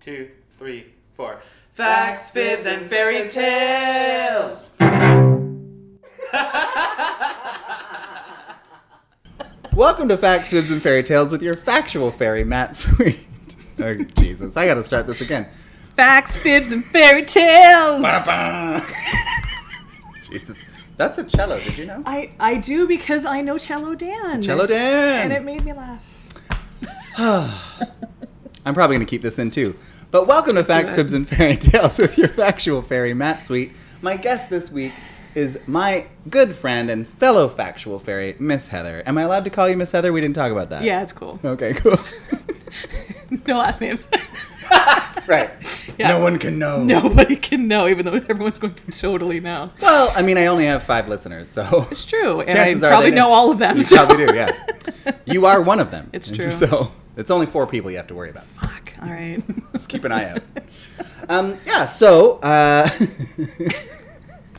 two, three, four. Facts, fibs, and fairy tales. Welcome to Facts, Fibs, and Fairy Tales with your factual fairy, Matt Sweet. oh, Jesus, I gotta start this again. Facts, fibs, and fairy tales. Ba-ba. Jesus, that's a cello. Did you know? I, I do because I know Cello Dan. Cello And it Dan. made me laugh. I'm probably gonna keep this in too. But welcome to Facts, Fibs, and Fairy Tales with your factual fairy, Matt Sweet. My guest this week is my good friend and fellow factual fairy, Miss Heather. Am I allowed to call you Miss Heather? We didn't talk about that. Yeah, it's cool. Okay. Cool. No last names. right. Yeah. No one can know. Nobody can know, even though everyone's going to totally know. Well, I mean, I only have five listeners, so It's true. And Chances I are probably they know know. all of them. you so- probably do. Yeah, you are one of them. It's And true. So it's only four people you have to worry about. Fuck. All right. Let's keep an eye out. Um, yeah. So uh,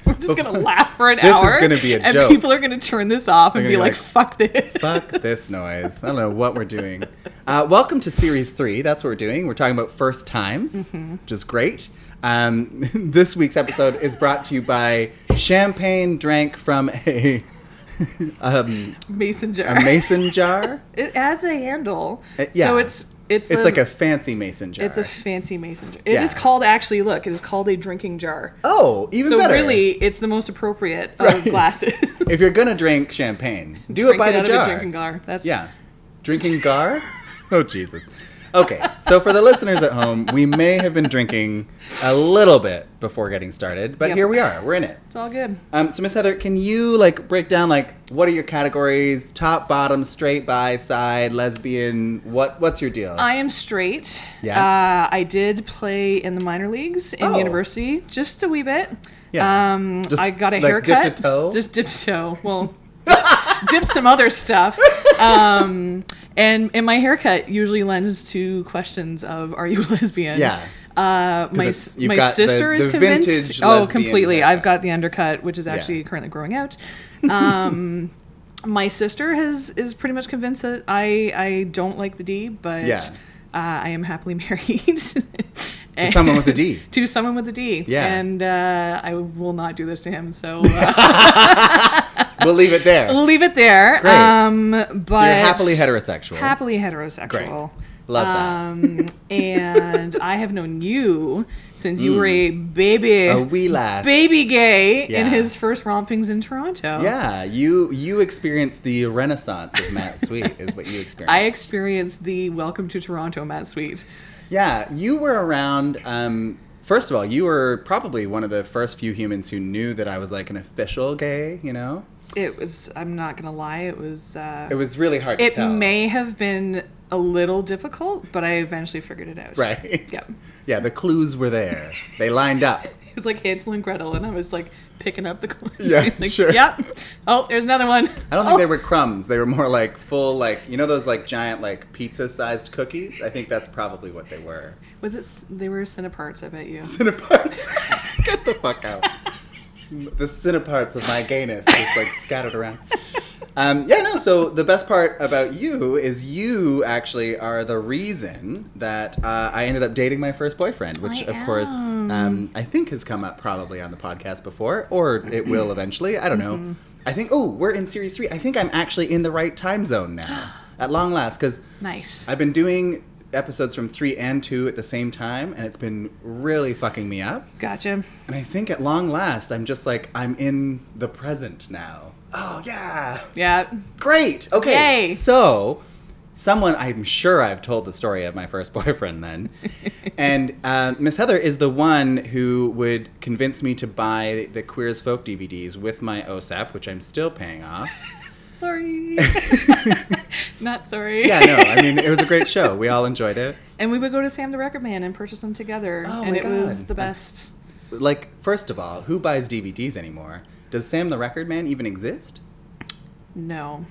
We're just going to laugh for an is hour. gonna be a and joke. people are going to turn this off and They're be gonna be like, fuck this. fuck this noise. I don't know what we're doing. Uh, welcome to series three. That's what we're doing. We're talking about first times, which is great. Um, this week's episode is brought to you by champagne drank from a um, Mason jar. a mason jar. It has a handle. Uh, yeah. So it's it's, It's like a fancy mason jar. it's a fancy mason jar. It is Yeah. called actually look, it is called a drinking jar. oh, even so better. really it's the most appropriate of Right. glasses. if you're gonna drink champagne, do Drink it by the out jar. Of a drinking gar. That's Yeah, drinking gar. oh Jesus. Okay, so for the listeners at home, we may have been drinking a little bit before getting started, but Yep. here we are. We're in it. it's all good. Um, so Miss Heather, can you like break down like what are your categories? Top, bottom, straight, by, side, lesbian. What what's your deal? I am straight. Yeah. Uh, I did play in the minor leagues in Oh. university, just a wee bit. Yeah. Um, Just, I got a like, dip haircut. to toe? Just dipped to toe. Well, dipped some other stuff. Um, and and my haircut usually lends to questions of Are you a lesbian? Yeah. Uh, my it's- s- you've my got the- sister is the convinced. vintage oh, lesbian completely. I've haircut. got the undercut, which is actually currently growing out. Um, my sister has is pretty much convinced that I I don't like the D, but Yeah. uh, I am happily married to someone with a D. To someone with a D. Yeah. and uh, I will not do this to him. So uh, we'll leave it there. we'll leave it there. Great. Um, but so you're happily heterosexual. Happily heterosexual. Love that. Um, and I have known you since you were a baby, Mm. a wee lass. um, baby gay Yeah. in his first rompings in Toronto. Yeah, you you experienced the renaissance of Matt Sweet is what you experienced. I experienced the welcome to Toronto, Matt Sweet. yeah, you were around. Um, first of all, you were probably one of the first few humans who knew that I was like an official gay. You know, It was, I'm not going to lie, it was, uh, it was really hard it to tell. may have been a little difficult, but I eventually figured it out. right. Yep. Yeah, the clues were there. They lined up. It was like Hansel and Gretel, and I was like picking up the coins. Yeah, like, sure. Yep. Oh, there's another one. I don't think Oh, they were crumbs. They were more like full, like you know those like giant like pizza-sized cookies. I think that's probably what they were. Was it? s- They were Cineparts, I bet you. Cineparts. Get the fuck out. The Cineparts of my gayness just like scattered around. Um, yeah, no. So the best part about you is you actually are the reason that uh, I ended up dating my first boyfriend, which I of course um, I think has come up probably on the podcast before, or it will eventually. I don't Mm-hmm. know. I think. Oh, we're in series three. I think I'm actually in the right time zone now, at long last, because Nice. I've been doing episodes from three and two at the same time, and it's been really fucking me up. Gotcha. And I think at long last, I'm just like, I'm in the present now. Oh, yeah. Yeah. Great. Okay. Yay. So, someone, I'm sure I've told the story of my first boyfriend then. and uh, Miss Heather is the one who would convince me to buy the Queer as Folk DVDs with my OSAP, which I'm still paying off. Sorry. Not sorry. yeah, no, I mean, it was a great show. We all enjoyed it. And we would go to Sam the Record Man and purchase them together, Oh and my it was God. the best. Like, first of all, who buys DVDs anymore? Does Sam the Record Man even exist? No.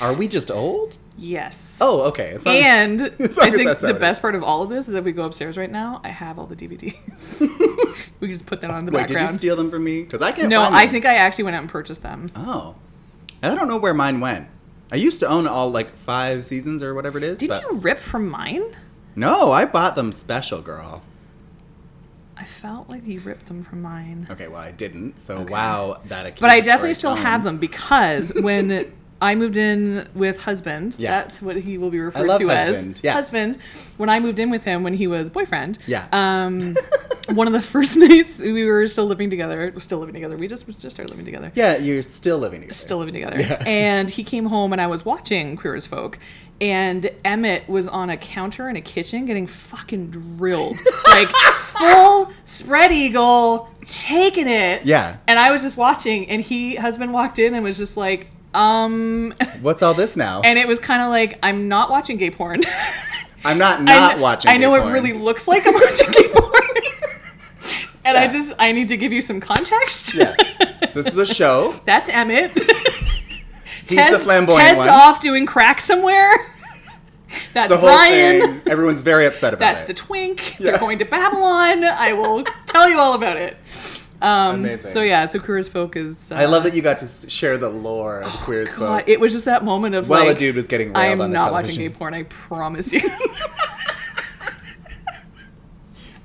Are we just old? Yes. Oh, okay. It's not- and as long I as think that's how the it is. best part of all of this is if we go upstairs right now, I have all the DVDs. we can just put that on in the Wait, did you background. steal them from me? Because I can't. no, find I them. think I actually went out and purchased them. Oh, I don't know where mine went. I used to own all like five seasons or whatever it is. Didn't but you rip from mine? No, I bought them special, girl. I felt like you ripped them from mine. Okay, well, I didn't. So wow, that. accounts But I for definitely its still own. have them because when I moved in with husband, Yeah. that's what he will be referred love to husband. as Yeah. husband. When I moved in with him when he was boyfriend, Yeah. Um, one of the first nights we were still living together, still living together. We just we just started living together. Yeah, you're still living together. Still living together. Yeah. And he came home and I was watching Queer as Folk. And Emmett was on a counter in a kitchen getting fucking drilled. like full spread eagle, taking it. Yeah. And I was just watching and he husband walked in and was just like, um What's all this now? and it was kinda like, I'm not watching gay porn. I'm not I not kn- watching. I know gay it porn. really looks like I'm watching gay porn. and I Yeah. just I need to give you some context. Yeah. So this is a show. That's Emmett. He's the flamboyant Ted's one. off doing crack somewhere. That's It's a whole Brian. thing. Everyone's very upset about That's it. the twink. Yeah. They're going to Babylon. I will tell you all about it. Um, Amazing. So yeah, so Queer as Folk is. Uh, I love that you got to s- share the lore of Queer as Oh, God, Folk it was just that moment of while like, a dude was getting I railed am on the not watching television. gay porn. I promise you,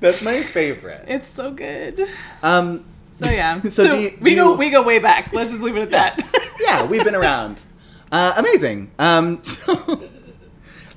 That's my favorite. it's so good. Um, So yeah. So do you- we do go you- we go way back. Let's just leave it at that. yeah, we've been around. Uh, amazing. Um, so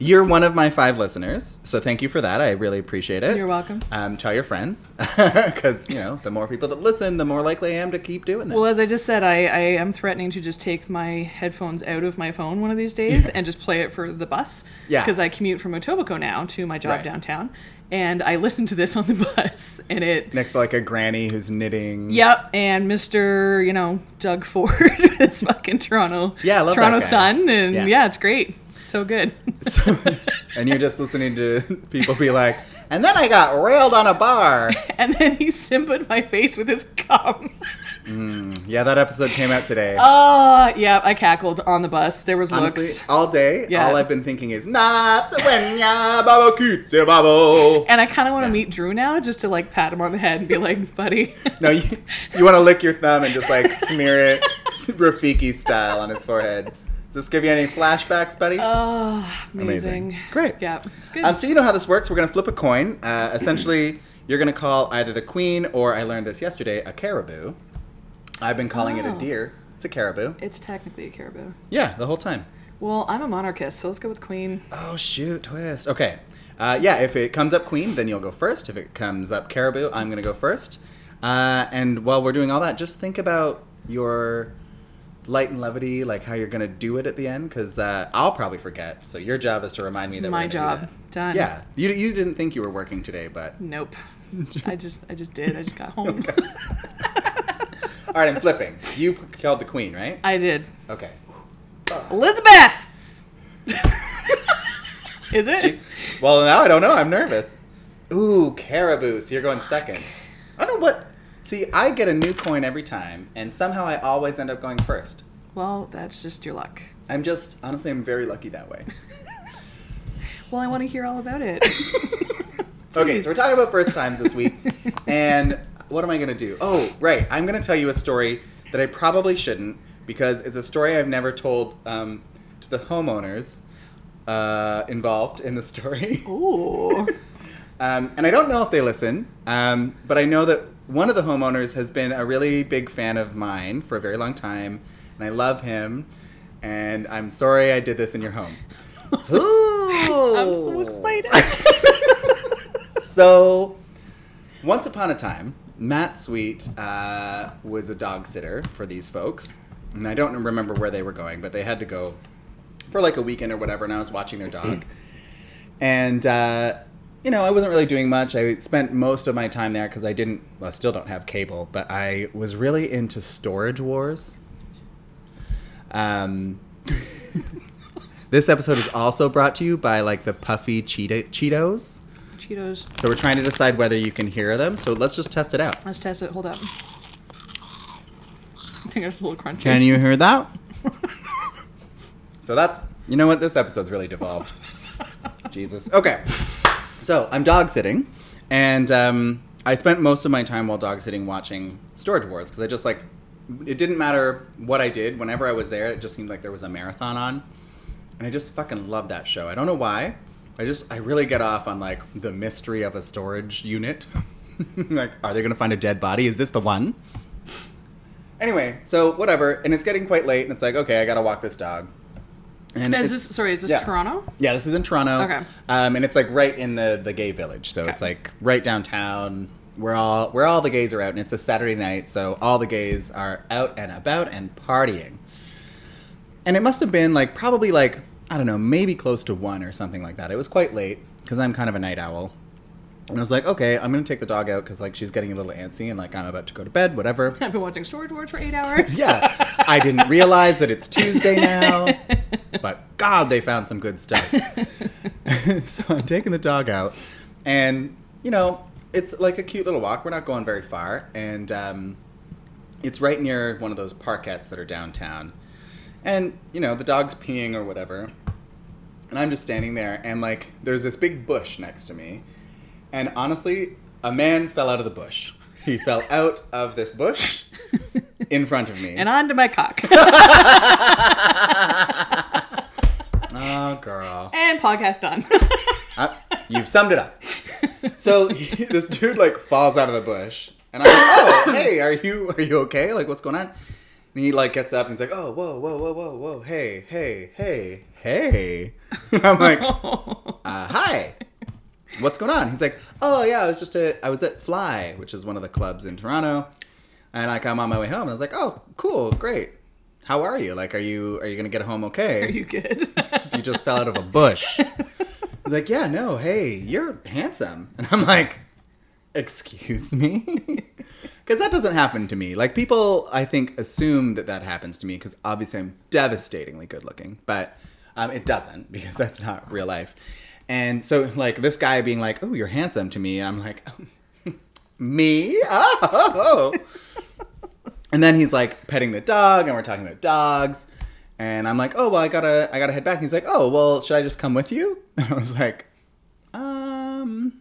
you're one of my five listeners, so thank you for that. I really appreciate it. You're welcome. Um, tell your friends, because you know the more people that listen, the more likely I am to keep doing this. Well, as I just said, I, I am threatening to just take my headphones out of my phone one of these days and just play it for the bus. Yeah. Because I commute from Etobicoke now to my job Right. downtown, and I listen to this on the bus, and it. Next, to, like a granny who's knitting. Yep, and Mr. You know Doug Ford is fucking Toronto. Yeah, I love that Toronto guy. Sun, and Yeah. yeah. it's great. It's so good. So- and you're just listening to people be like, and then I got railed on a bar. and then he simpered my face with his cum. Yeah, that episode came out today. Oh, yeah, I cackled on the bus. There was Honestly, looks, all day, Yeah. all I've been thinking is not when ya babo cutesy babo. and I kind of want to meet Drew now just to like pat him on the head and be like, buddy. No, you, you want to lick your thumb and just like smear it Rafiki style on his forehead. Does this give you any flashbacks, buddy? Oh, Amazing. amazing. Great. Yeah, it's good. Um, so you know how this works. We're gonna flip a coin. Uh, essentially, you're gonna call either the queen or I learned this yesterday, a caribou. I've been calling it a Oh. deer. It's a caribou. it's technically a caribou. Yeah, the whole time. Well, I'm a monarchist, so let's go with queen. Oh shoot, twist. Okay. Uh, yeah, if it comes up queen, then you'll go first. If it comes up caribou, I'm gonna go first. Uh, and while we're doing all that, just think about your light and levity, like how you're gonna do it at the end, because uh, I'll probably forget. So your job is to remind me It's that my we're gonna job. Do that. Done. Yeah, you, you didn't think you were working today, but Nope. I just, I just did. I just got home. all right, I'm flipping. You p- called the queen, right? I did. Okay. Elizabeth. Is it? She- well, now I don't know. I'm nervous. Ooh, caribou. So you're going second. I don't know what. See, I get a new coin every time, and somehow I always end up going first. Well, that's just your luck. I'm just honestly, I'm very lucky that way. Well, I want to hear all about it. Okay, Please. so we're talking about first times this week, and what am I gonna do? Oh, right, I'm gonna tell you a story that I probably shouldn't because it's a story I've never told um, to the homeowners uh, involved in the story. Ooh. Um, and I don't know if they listen, um, but I know that one of the homeowners has been a really big fan of mine for a very long time, and I love him. And I'm sorry I did this in your home. I'm so excited. So, once upon a time, Matt Sweet uh, was a dog sitter for these folks, and I don't remember where they were going, but they had to go for like a weekend or whatever. And I was watching their dog, and uh, you know, I wasn't really doing much. I spent most of my time there because I didn't, well, I still don't have cable, but I was really into Storage Wars. Um, this episode is also brought to you by like the puffy Cheeta- Cheetos. Cheetos. So we're trying to decide whether you can hear them. So let's just test it out. Let's test it. Hold up. I think it's a little crunchy. Can you hear that? so that's you know what this episode's really devolved. Jesus. Okay. So I'm dog sitting, and um, I spent most of my time while dog sitting watching Storage Wars because I just like it didn't matter what I did. Whenever I was there, it just seemed like there was a marathon on, and I just fucking loved that show. I don't know why. I just I really get off on like the mystery of a storage unit. like, are they gonna find a dead body? Is this the one? Anyway, so whatever, and it's getting quite late, and it's like, okay, I gotta walk this dog. And Is it's- this sorry? Is this yeah. Toronto? Yeah, this is in Toronto. Okay. Um, and it's like right in the the gay village, so it's Okay. like right downtown. Where all where all the gays are out, and it's a Saturday night, so all the gays are out and about and partying. And it must have been like probably like I don't know, maybe close to one or something like that. It was quite late because I'm kind of a night owl. And I was like, okay, I'm gonna take the dog out because like she's getting a little antsy and like I'm about to go to bed, whatever. I've been watching Storage Wars for eight hours. Yeah. I didn't realize that it's Tuesday now. But God, they found some good stuff. so I'm taking the dog out. And, you know, it's like a cute little walk. We're not going very far. And um, it's right near one of those parkettes that are downtown. And, you know, the dog's peeing or whatever. And I'm just standing there. And, like, there's this big bush next to me. And honestly, a man fell out of the bush. He fell out of this bush in front of me. And on to my cock. Oh, girl. and podcast done. Uh, you've summed it up. So he- this dude like falls out of the bush, and I'm like, "Oh, hey, are you are you okay? Like, what's going on?" And he like gets up and he's like, "Oh, whoa, whoa, whoa, whoa, whoa, hey, hey, hey, hey." I'm like, uh, "Hi, what's going on?" He's like, "Oh yeah, I was just a, I was at Fly, which is one of the clubs in Toronto, and like I'm on my way home." And I was like, "Oh, cool, great. How are you? Like, are you are you gonna get home okay?" Are you good? you just fell out of a bush. He's like, yeah, no, hey, you're handsome. And I'm like, excuse me? Because that doesn't happen to me. Like, people, I think, assume that that happens to me because obviously I'm devastatingly good looking, but um, it doesn't because that's not real life. And so, like, this guy being like, oh, you're handsome to me. And I'm like, me? Oh. and then he's like petting the dog, and we're talking about dogs. And I'm like, oh well, I gotta, I gotta head back. And he's like, oh well, should I just come with you? And I was like, um.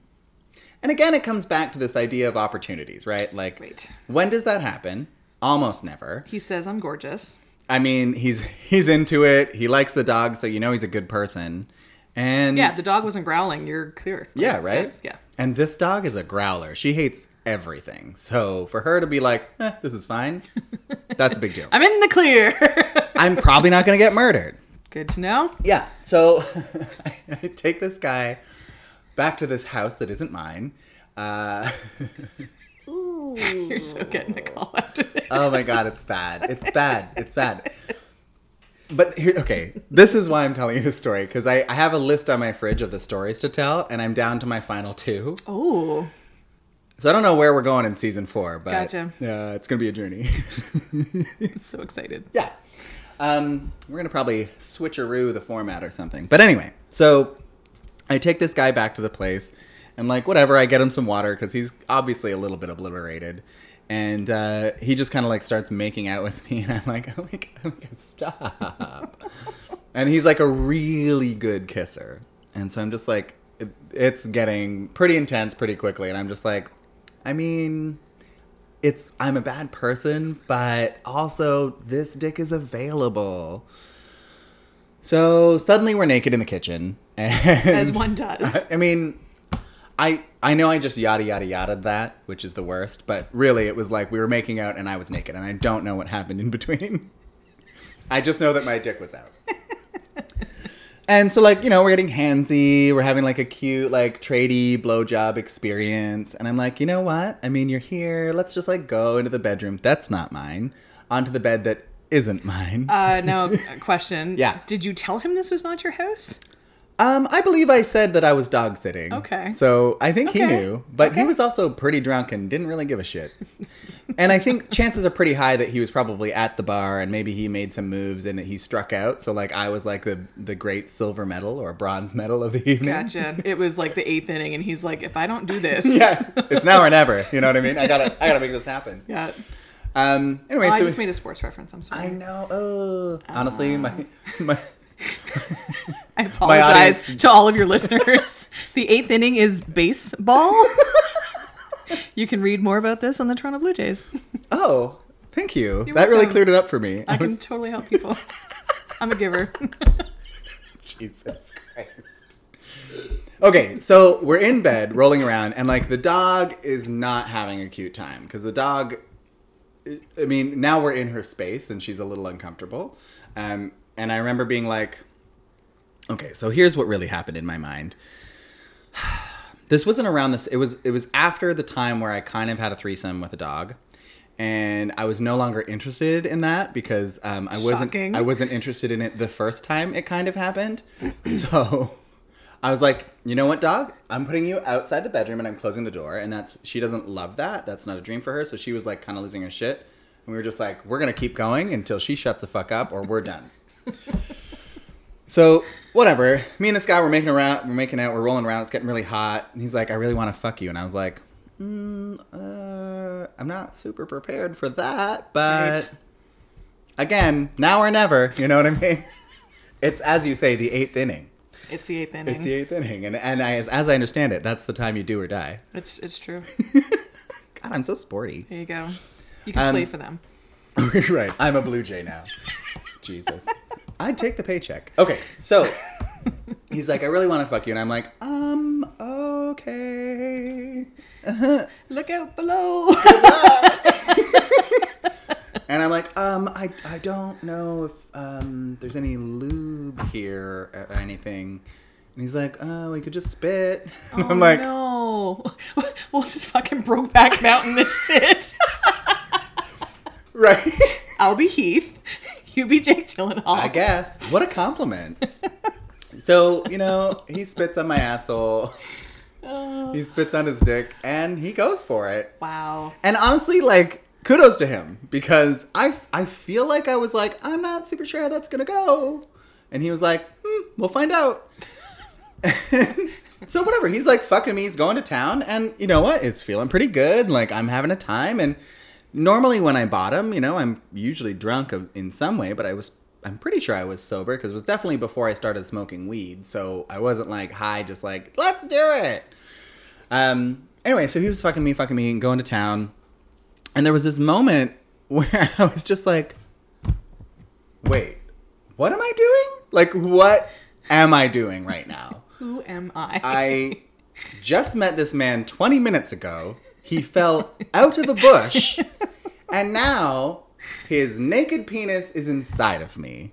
And again, it comes back to this idea of opportunities, right? Like, Right. when does that happen? Almost never. he says I'm gorgeous. I mean, he's he's into it. He likes the dog, so you know he's a good person. And Yeah, if the dog wasn't growling. You're clear. yeah, right? That's- yeah. And this dog is a growler. She hates everything. So for her to be like, eh, this is fine, that's a big deal. I'm in the clear. I'm probably not going to get murdered. good to know. Yeah. So I take this guy back to this house that isn't mine. Uh, You're so good, Nicole. After this. oh my God, it's bad. It's bad. It's bad. But here, okay, this is why I'm telling you this story because I, I have a list on my fridge of the stories to tell, and I'm down to my final two. Oh, So I don't know where we're going in season four, but Gotcha. uh, it's going to be a journey. I'm so excited. yeah. Um, we're going to probably switcheroo the format or something. But anyway, so I take this guy back to the place and, like, whatever, I get him some water because he's obviously a little bit obliterated. And uh, he just kind of like starts making out with me, and I'm like, oh my god, oh my God, stop. and he's like a really good kisser. And so I'm just like, it, it's getting pretty intense pretty quickly. And I'm just like, I mean, it's I'm a bad person, but also this dick is available. So suddenly we're naked in the kitchen, and As one does. I mean, I I know I just yada yada yada that, which is the worst. But really, it was like we were making out, and I was naked, and I don't know what happened in between. I just know that my dick was out. And so, like, you know, we're getting handsy. We're having like a cute, like, tradey blowjob experience. And I'm like, you know what? I mean, you're here. Let's just like go into the bedroom. That's not mine. Onto the bed that isn't mine. Uh, now, a question. Yeah. Did you tell him this was not your house? Um, I believe I said that I was dog sitting. Okay. So I think he Okay. knew, but he Okay. was also pretty drunk and didn't really give a shit. and I think chances are pretty high that he was probably at the bar and maybe he made some moves and he struck out. So like I was like the the great silver medal or bronze medal of the evening. Gotcha. it was like the eighth inning, and he's like, if I don't do this. yeah, it's now or never. You know what I mean? I gotta I gotta make this happen. Yeah. Um. Anyway, Oh, I so just made Ah. a sports reference. I'm sorry. I know. Oh, honestly, my my. I apologize audience- to all of your listeners. the eighth inning is baseball. you can read more about this on the Toronto Blue Jays. Oh, thank you. that really welcome. cleared it up for me. I can totally help people. I'm a giver. Jesus Christ. Okay, so we're in bed, rolling around, and like the dog is not having a cute time because the dog. I mean, now we're in her space and she's a little uncomfortable. Um, and I remember being like, okay, so here's what really happened in my mind. This wasn't around this. It was it was after the time where I kind of had a threesome with a dog, and I was no longer interested in that because um, I wasn't Shocking. I wasn't interested in it the first time it kind of happened. so I was like, you know what, dog? I'm putting you outside the bedroom and I'm closing the door. And that's, she doesn't love that. That's not a dream for her. So she was like kind of losing her shit. And we were just like, we're going to keep going until she shuts the fuck up or we're done. so whatever. Me and this guy, we're making around, we're making out, we're rolling around. It's getting really hot. And he's like, I really want to fuck you. And I was like, mm, uh, I'm not super prepared for that. But Right. again, now or never. You know what I mean? it's, as you say, the eighth inning. It's the eighth inning. It's the eighth inning, and and I, as, as I understand it, that's the time you do or die. It's it's true. God, I'm so sporty. There you go. You can Um, play for them. right, I'm a Blue Jay now. Jesus, I'd take the paycheck. Okay, so he's like, I really want to fuck you, and I'm like, um, okay. Look out below. And I'm like, um, I, I don't know if um, there's any lube here or anything. And he's like, oh, we could just spit. And I'm like, Oh, no. We'll just fucking broke back mountain this shit. right. I'll be Heath. You be Jake Gyllenhaal. I guess. What a compliment. so, you know, he spits on my asshole. Oh, He spits on his dick and he goes for it. wow. And honestly, like, kudos to him because I, I feel like I was like, I'm not super sure how that's going to go. And he was like, hmm, we'll find out. so, whatever. He's like, fucking me. He's going to town. And you know what? It's feeling pretty good. Like, I'm having a time. And normally when I bottom, you know, I'm usually drunk of- in some way, but I was. I'm pretty sure I was sober because it was definitely before I started smoking weed, so I wasn't like high, just like let's do it. Um, anyway, so he was fucking me, fucking me, and going to town. And there was this moment where I was just like, wait, what am I doing? Like, what am I doing right now? Who am I? I just met this man 20 minutes ago. He fell out of a bush, and now his naked penis is inside of me.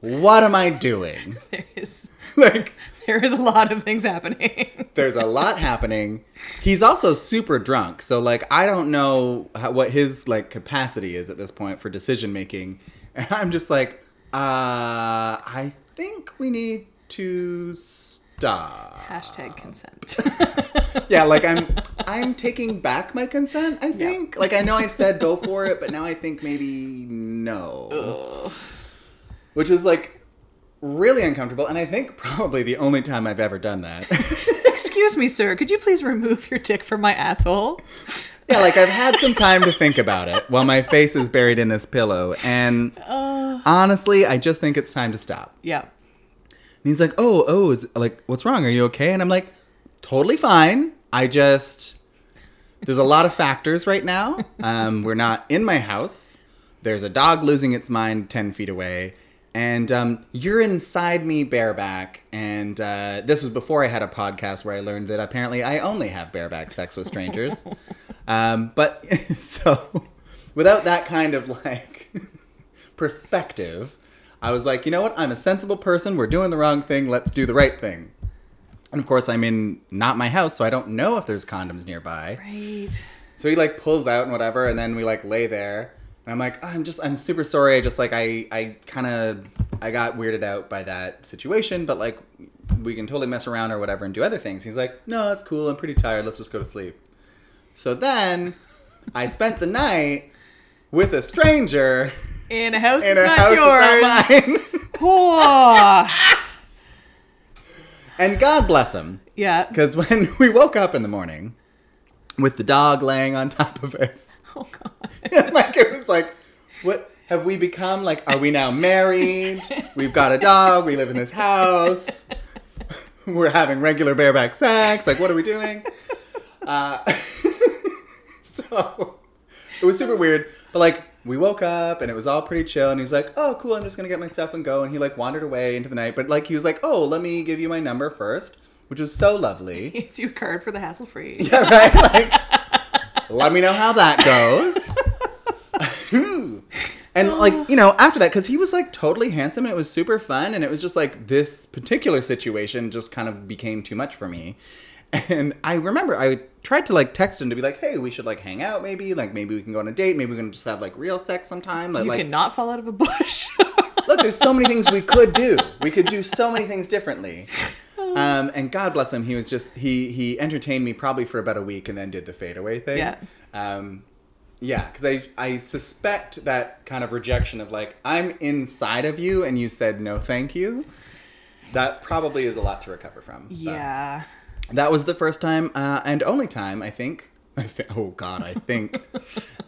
What am I doing? there is Like, there is a lot of things happening. there's a lot happening. He's also super drunk, so like I don't know how, what his like capacity is at this point for decision making. And I'm just like, uh, I think we need to stop. Hashtag consent. Yeah, like I'm I'm taking back my consent. I think like I know I said go for it, but now I think maybe no Ugh. which was like really uncomfortable and i think probably the only time i've ever done that Excuse me, sir. Could you please remove your dick from my asshole? yeah like i've had some time to think about it while my face is buried in this pillow and honestly i just think it's time to stop Yeah. and he's like oh oh is like what's wrong are you okay and i'm like totally fine i just there's a lot of factors right now um, we're not in my house there's a dog losing its mind 10 feet away and um, you're inside me bareback and uh, this was before i had a podcast where i learned that apparently i only have bareback sex with strangers um, but so without that kind of like perspective i was like you know what i'm a sensible person we're doing the wrong thing let's do the right thing and of course i'm in not my house so i don't know if there's condoms nearby Right. so he like pulls out and whatever, and then we like lay there, and I'm like, "Oh, I'm just, I'm super sorry. I just like, I, I kind of, I got weirded out by that situation, but like, we can totally mess around or whatever and do other things. He's like, No, that's cool. I'm pretty tired. Let's just go to sleep. So then, I spent the night with a stranger In a house in that's a not house yours. that's not mine, Oh. and God bless him. yeah. Because when we woke up in the morning with the dog laying on top of us, Oh god. like it was like, what have we become? Like, are we now married? We've got a dog. We live in this house. We're having regular bareback sex. Like, what are we doing? Uh, so it was super weird. But like, we woke up and it was all pretty chill. And he's like, "Oh, cool. I'm just gonna get my stuff and go." And he like wandered away into the night. But like, he was like, "Oh, let me give you my number first. which was so lovely. It's your card for the hassle free. Yeah, right? Like, let me know how that goes. and, like, you know, after that, because he was, like, totally handsome and it was super fun. And it was just, like, this particular situation just kind of became too much for me. And I remember I tried to, like, text him to be like, hey, we should, like, hang out maybe. Like, maybe we can go on a date. Maybe we can just have, like, real sex sometime. Like, You like cannot fall out of a bush. look, there's so many things we could do. We could do so many things differently. Um, and God bless him, he was just he he entertained me probably for about a week and then did the fadeaway thing. Yeah. Um, yeah, because I I suspect that kind of rejection of like I'm inside of you and you said no thank you. That probably is a lot to recover from. but- yeah. that was the first time uh, and only time I think. I thi- oh God, I think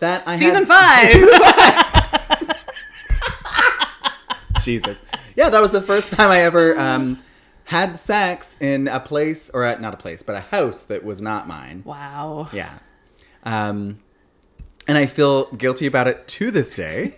that I Season had- five. Jesus. Yeah, that was the first time I ever um, had sex in a place, or at, not a place, but a house that was not mine. wow. Yeah. Um, and I feel guilty about it to this day.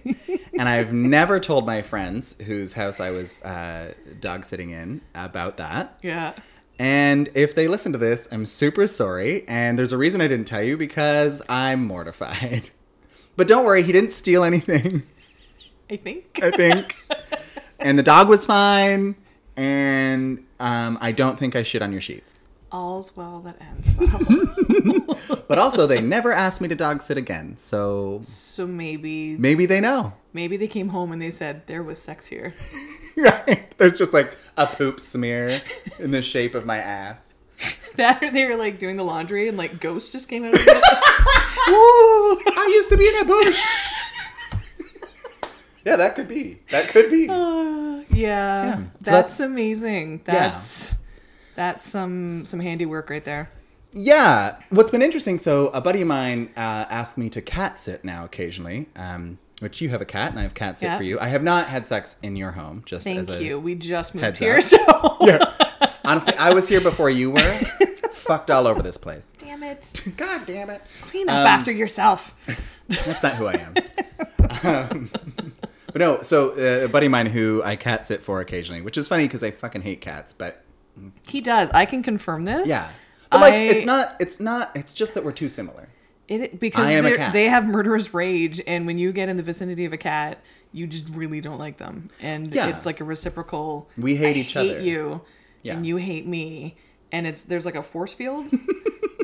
and I've never told my friends whose house I was uh, dog sitting in about that. Yeah. And if they listen to this, I'm super sorry. And there's a reason I didn't tell you because I'm mortified. But don't worry, he didn't steal anything. I think. I think. and the dog was fine. And um, I don't think I shit on your sheets. All's well that ends well. But also, they never asked me to dog sit again. So so maybe maybe they know. maybe they came home and they said there was sex here. Right? There's just like a poop smear in the shape of my ass. That or they were like doing the laundry and like ghosts just came out of the Ooh, I used to be in a bush. yeah, that could be. That could be. Uh, yeah. Yeah. So That's, that's- amazing. That's that's some some handiwork right there. Yeah. What's been interesting, so a buddy of mine uh, asked me to cat sit now occasionally, um, which you have a cat and I have cat sit Yeah. for you. I have not had sex in your home, just Thank as a, you. We just moved heads here, up. so Yeah. Honestly, I was here before you were. Fucked all over this place. damn it. God damn it. Clean up Um, after yourself. That's not who I am. Um, but no, so uh, a buddy of mine who I cat sit for occasionally, which is funny because I fucking hate cats, but He does. I can confirm this. yeah. But like, I- it's not, it's not, it's just that we're too similar. It because I am a they're- cat. they have murderous rage, and when you get in the vicinity of a cat, you just really don't like them, and Yeah. it's like a reciprocal. We hate I each hate other. You, Yeah. and you hate me, and it's there's like a force field.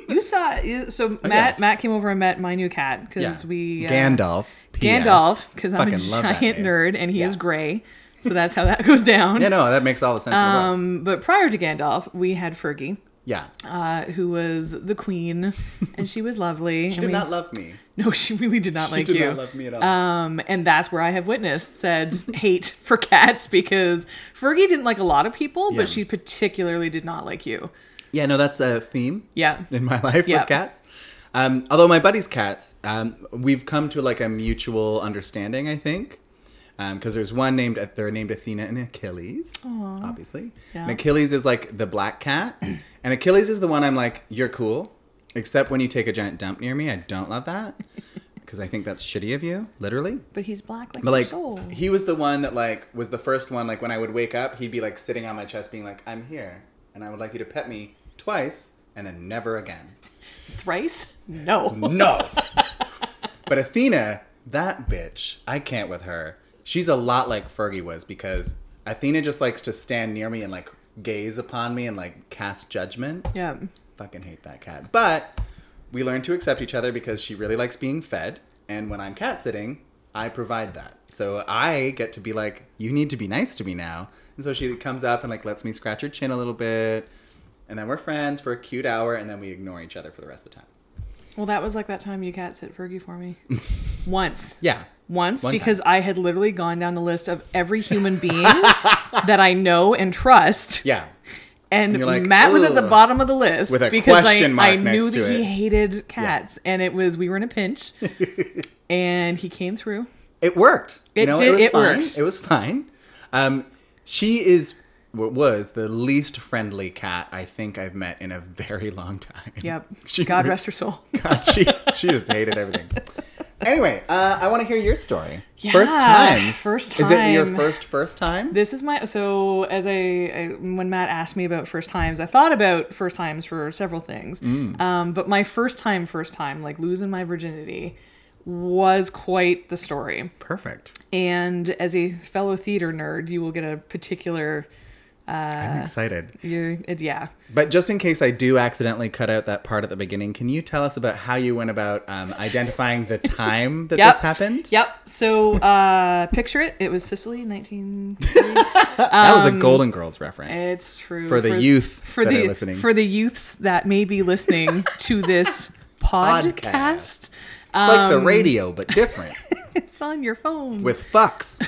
you saw you- so yeah. Matt Matt came over and met my new cat because we uh, Gandalf. P.S. Gandalf because I'm a Fucking love that giant name. nerd and he Yeah. is gray, so that's how that goes down. Yeah, no, that makes all the sense. in the world. um, but prior to Gandalf, we had Fergie. Yeah, Uh, who was the queen, and she was lovely. she did not love me. No, she really did not She like did you. not love me at all. Um, and that's where I have witnessed said hate for cats because Fergie didn't like a lot of people, Yeah. but she particularly did not like you. yeah, no, that's a theme. Yeah. in my life Yeah. with cats. Um, although my buddy's cats, um, we've come to like a mutual understanding, I think. Because there's one named, they're named Athena and Achilles, obviously. Yeah. And Achilles is like the black cat. And Achilles is the one I'm like, you're cool, except when you take a giant dump near me. I don't love that because I think that's shitty of you, literally. But he's black like, But your like soul. he was the one that like was the first one like when I would wake up, he'd be like sitting on my chest being like, "I'm here and I would like you to pet me twice and then never again." Thrice? No. No. but Athena, that bitch, I can't with her. She's a lot like Fergie was because Athena just likes to stand near me and like gaze upon me and like cast judgment. Yeah. Fucking hate that cat. But we learn to accept each other because she really likes being fed. And when I'm cat sitting, I provide that. So I get to be like, you need to be nice to me now. And so she comes up and like lets me scratch her chin a little bit. And then we're friends for a cute hour. And then we ignore each other for the rest of the time. Well, that was like that time you cat sit Fergie for me. Once. Yeah. Once One because I had literally gone down the list of every human being that I know and trust. Yeah. And, you're like, Matt was at the "Ugh," bottom of the list with a because question I, mark I next knew to that he it. hated cats, and it was we were in a pinch, and he came through. It worked. It did- was it fine. worked. It was fine. Um, she is what was the least friendly cat I think I've met in a very long time. Yep. She God re- rest her soul. God, she she just hated everything. Anyway, uh, I want to hear your story. Yeah, first times. first Is it your time. first first time? This is my so as I, I when Matt asked me about first times, I thought about first times for several things. Mm. Um, but my first time, first time, like losing my virginity, was quite the story. Perfect. And as a fellow theater nerd, you will get a particular. Uh, I'm excited. You're, it, yeah. But just in case I do accidentally cut out that part at the beginning, can you tell us about how you went about um, identifying the time that Yep. this happened? Yep. So uh, picture it. It was Sicily, nineteen. That Um, was a Golden Girls reference. It's true For the youth for that the are listening. for the youths that may be listening to this podcast. Podcast. it's like um, the radio, but different It's on your phone with fucks.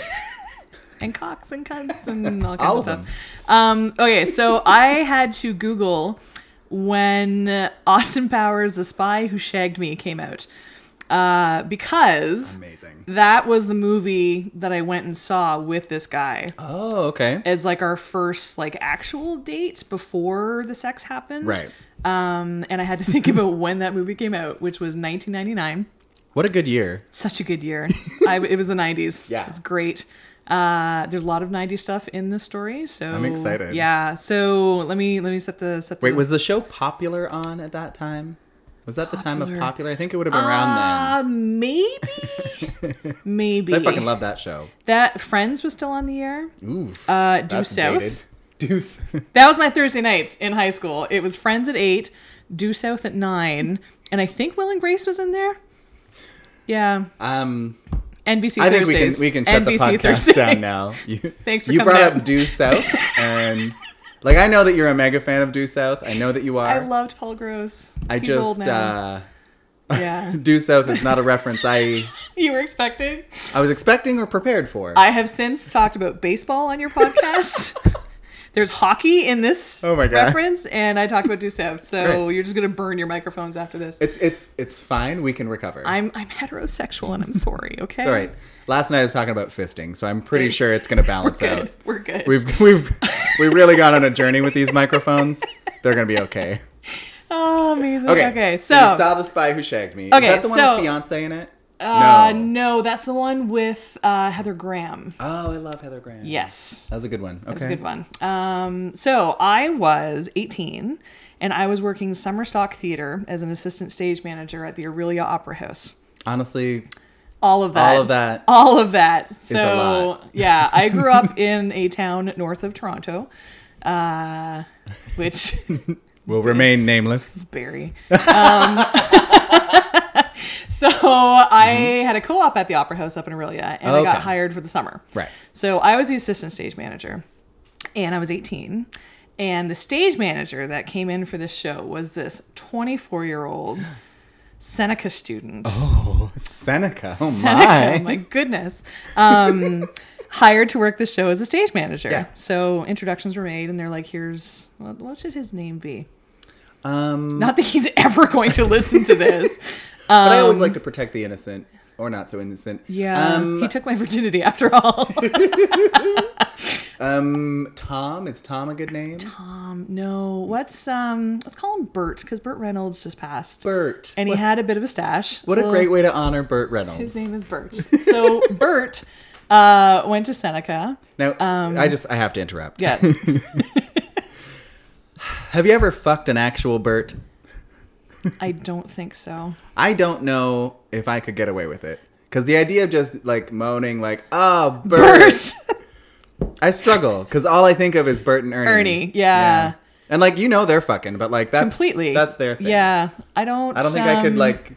and cocks and cunts and all kinds All of of stuff. them. Um, okay, so I had to Google when Austin Powers: The Spy Who Shagged Me came out uh, because Amazing. that was the movie that I went and saw with this guy. Oh, okay. as like our first like actual date before the sex happened. Right. Um, and I had to think about when that movie came out, which was 1999. What a good year. Such a good year. I, it was the 90s. Yeah. It's great. Uh, there's a lot of 90s stuff in this story, so I'm excited. Yeah. So let me let me set the set. Wait, the, was the show popular on at that time? Was that the time of Popular. popular? I think it would have been around uh, maybe maybe then. um, I fucking love that show. that. Friends was still on the air. Ooh. Uh, Due South. Deuce. That was my Thursday nights in high school. It was Friends at eight, Due South at nine, and I think Will and Grace was in there. Yeah, um, NBC. I think Thursdays. we can we can shut NBC the podcast Thursdays. down now. You, Thanks for you coming brought out. up Due South, and like I know that you're a mega fan of Due South. I know that you are. I loved Paul Gross. I He's just old now. uh, yeah. Due South is not a reference I You were expecting. I was expecting or prepared for. I have since talked about baseball on your podcast. There's hockey in this Oh my God. reference, and I talked about Due South. So Great. you're just gonna burn your microphones after this. it's it's it's fine. We can recover. I'm I'm heterosexual, and I'm sorry. Okay. it's all right. Last night I was talking about fisting, so I'm pretty Great. sure it's going to We're balance good. out. We're good. We've we've we really gone on a journey with these microphones. They're going to be okay. oh, amazing. Okay. Okay. so uh, you saw the spy who shagged me. Okay, Is that the one so- with Beyonce in it? Uh, no, that's the one with uh, Heather Graham. Oh, I love Heather Graham. Yes, That was a good one. Okay. that's a good one. Um, so I was 18, and I was working summer stock theater as an assistant stage manager at the Aurelia Opera House. Honestly, All of that. All of that All of that. So lot. yeah, I grew up in a town north of Toronto, uh, which. will remain nameless. Barry. Um, so I had a co-op at the Opera House up in Aurelia, and I got Mm-hmm. Okay. hired for the summer. Right. So I was the assistant stage manager, and I was 18. And the stage manager that came in for this show was this 24-year-old Seneca student. Oh, Seneca. Oh Seneca, my. my goodness. Um, hired to work the show as a stage manager. Yeah. So introductions were made, and they're like, "Here's what, what should his name be?" Um, Not that he's ever going to listen to this. but I always like to protect the innocent or not so innocent. Yeah, Um, he took my virginity after all. um, Tom. Is Tom a good name? um, no, what's um, let's call him Bert because Bert Reynolds just passed, Bert. and he had a bit of a stash. What so a great way to honor Burt Reynolds. His name is Bert. So Bert uh, went to Seneca. Now, I just I have to interrupt. um, Yeah, Have you ever fucked an actual Bert? I don't think so. I don't know if I could get away with it. Cause the idea of just like moaning, like ah, oh, Bert, Bert. I struggle. Cause all I think of is Bert and Ernie. Ernie, yeah. And like you know they're fucking, but like that's completely. that's their thing. Yeah, I don't. I don't think I could um, like.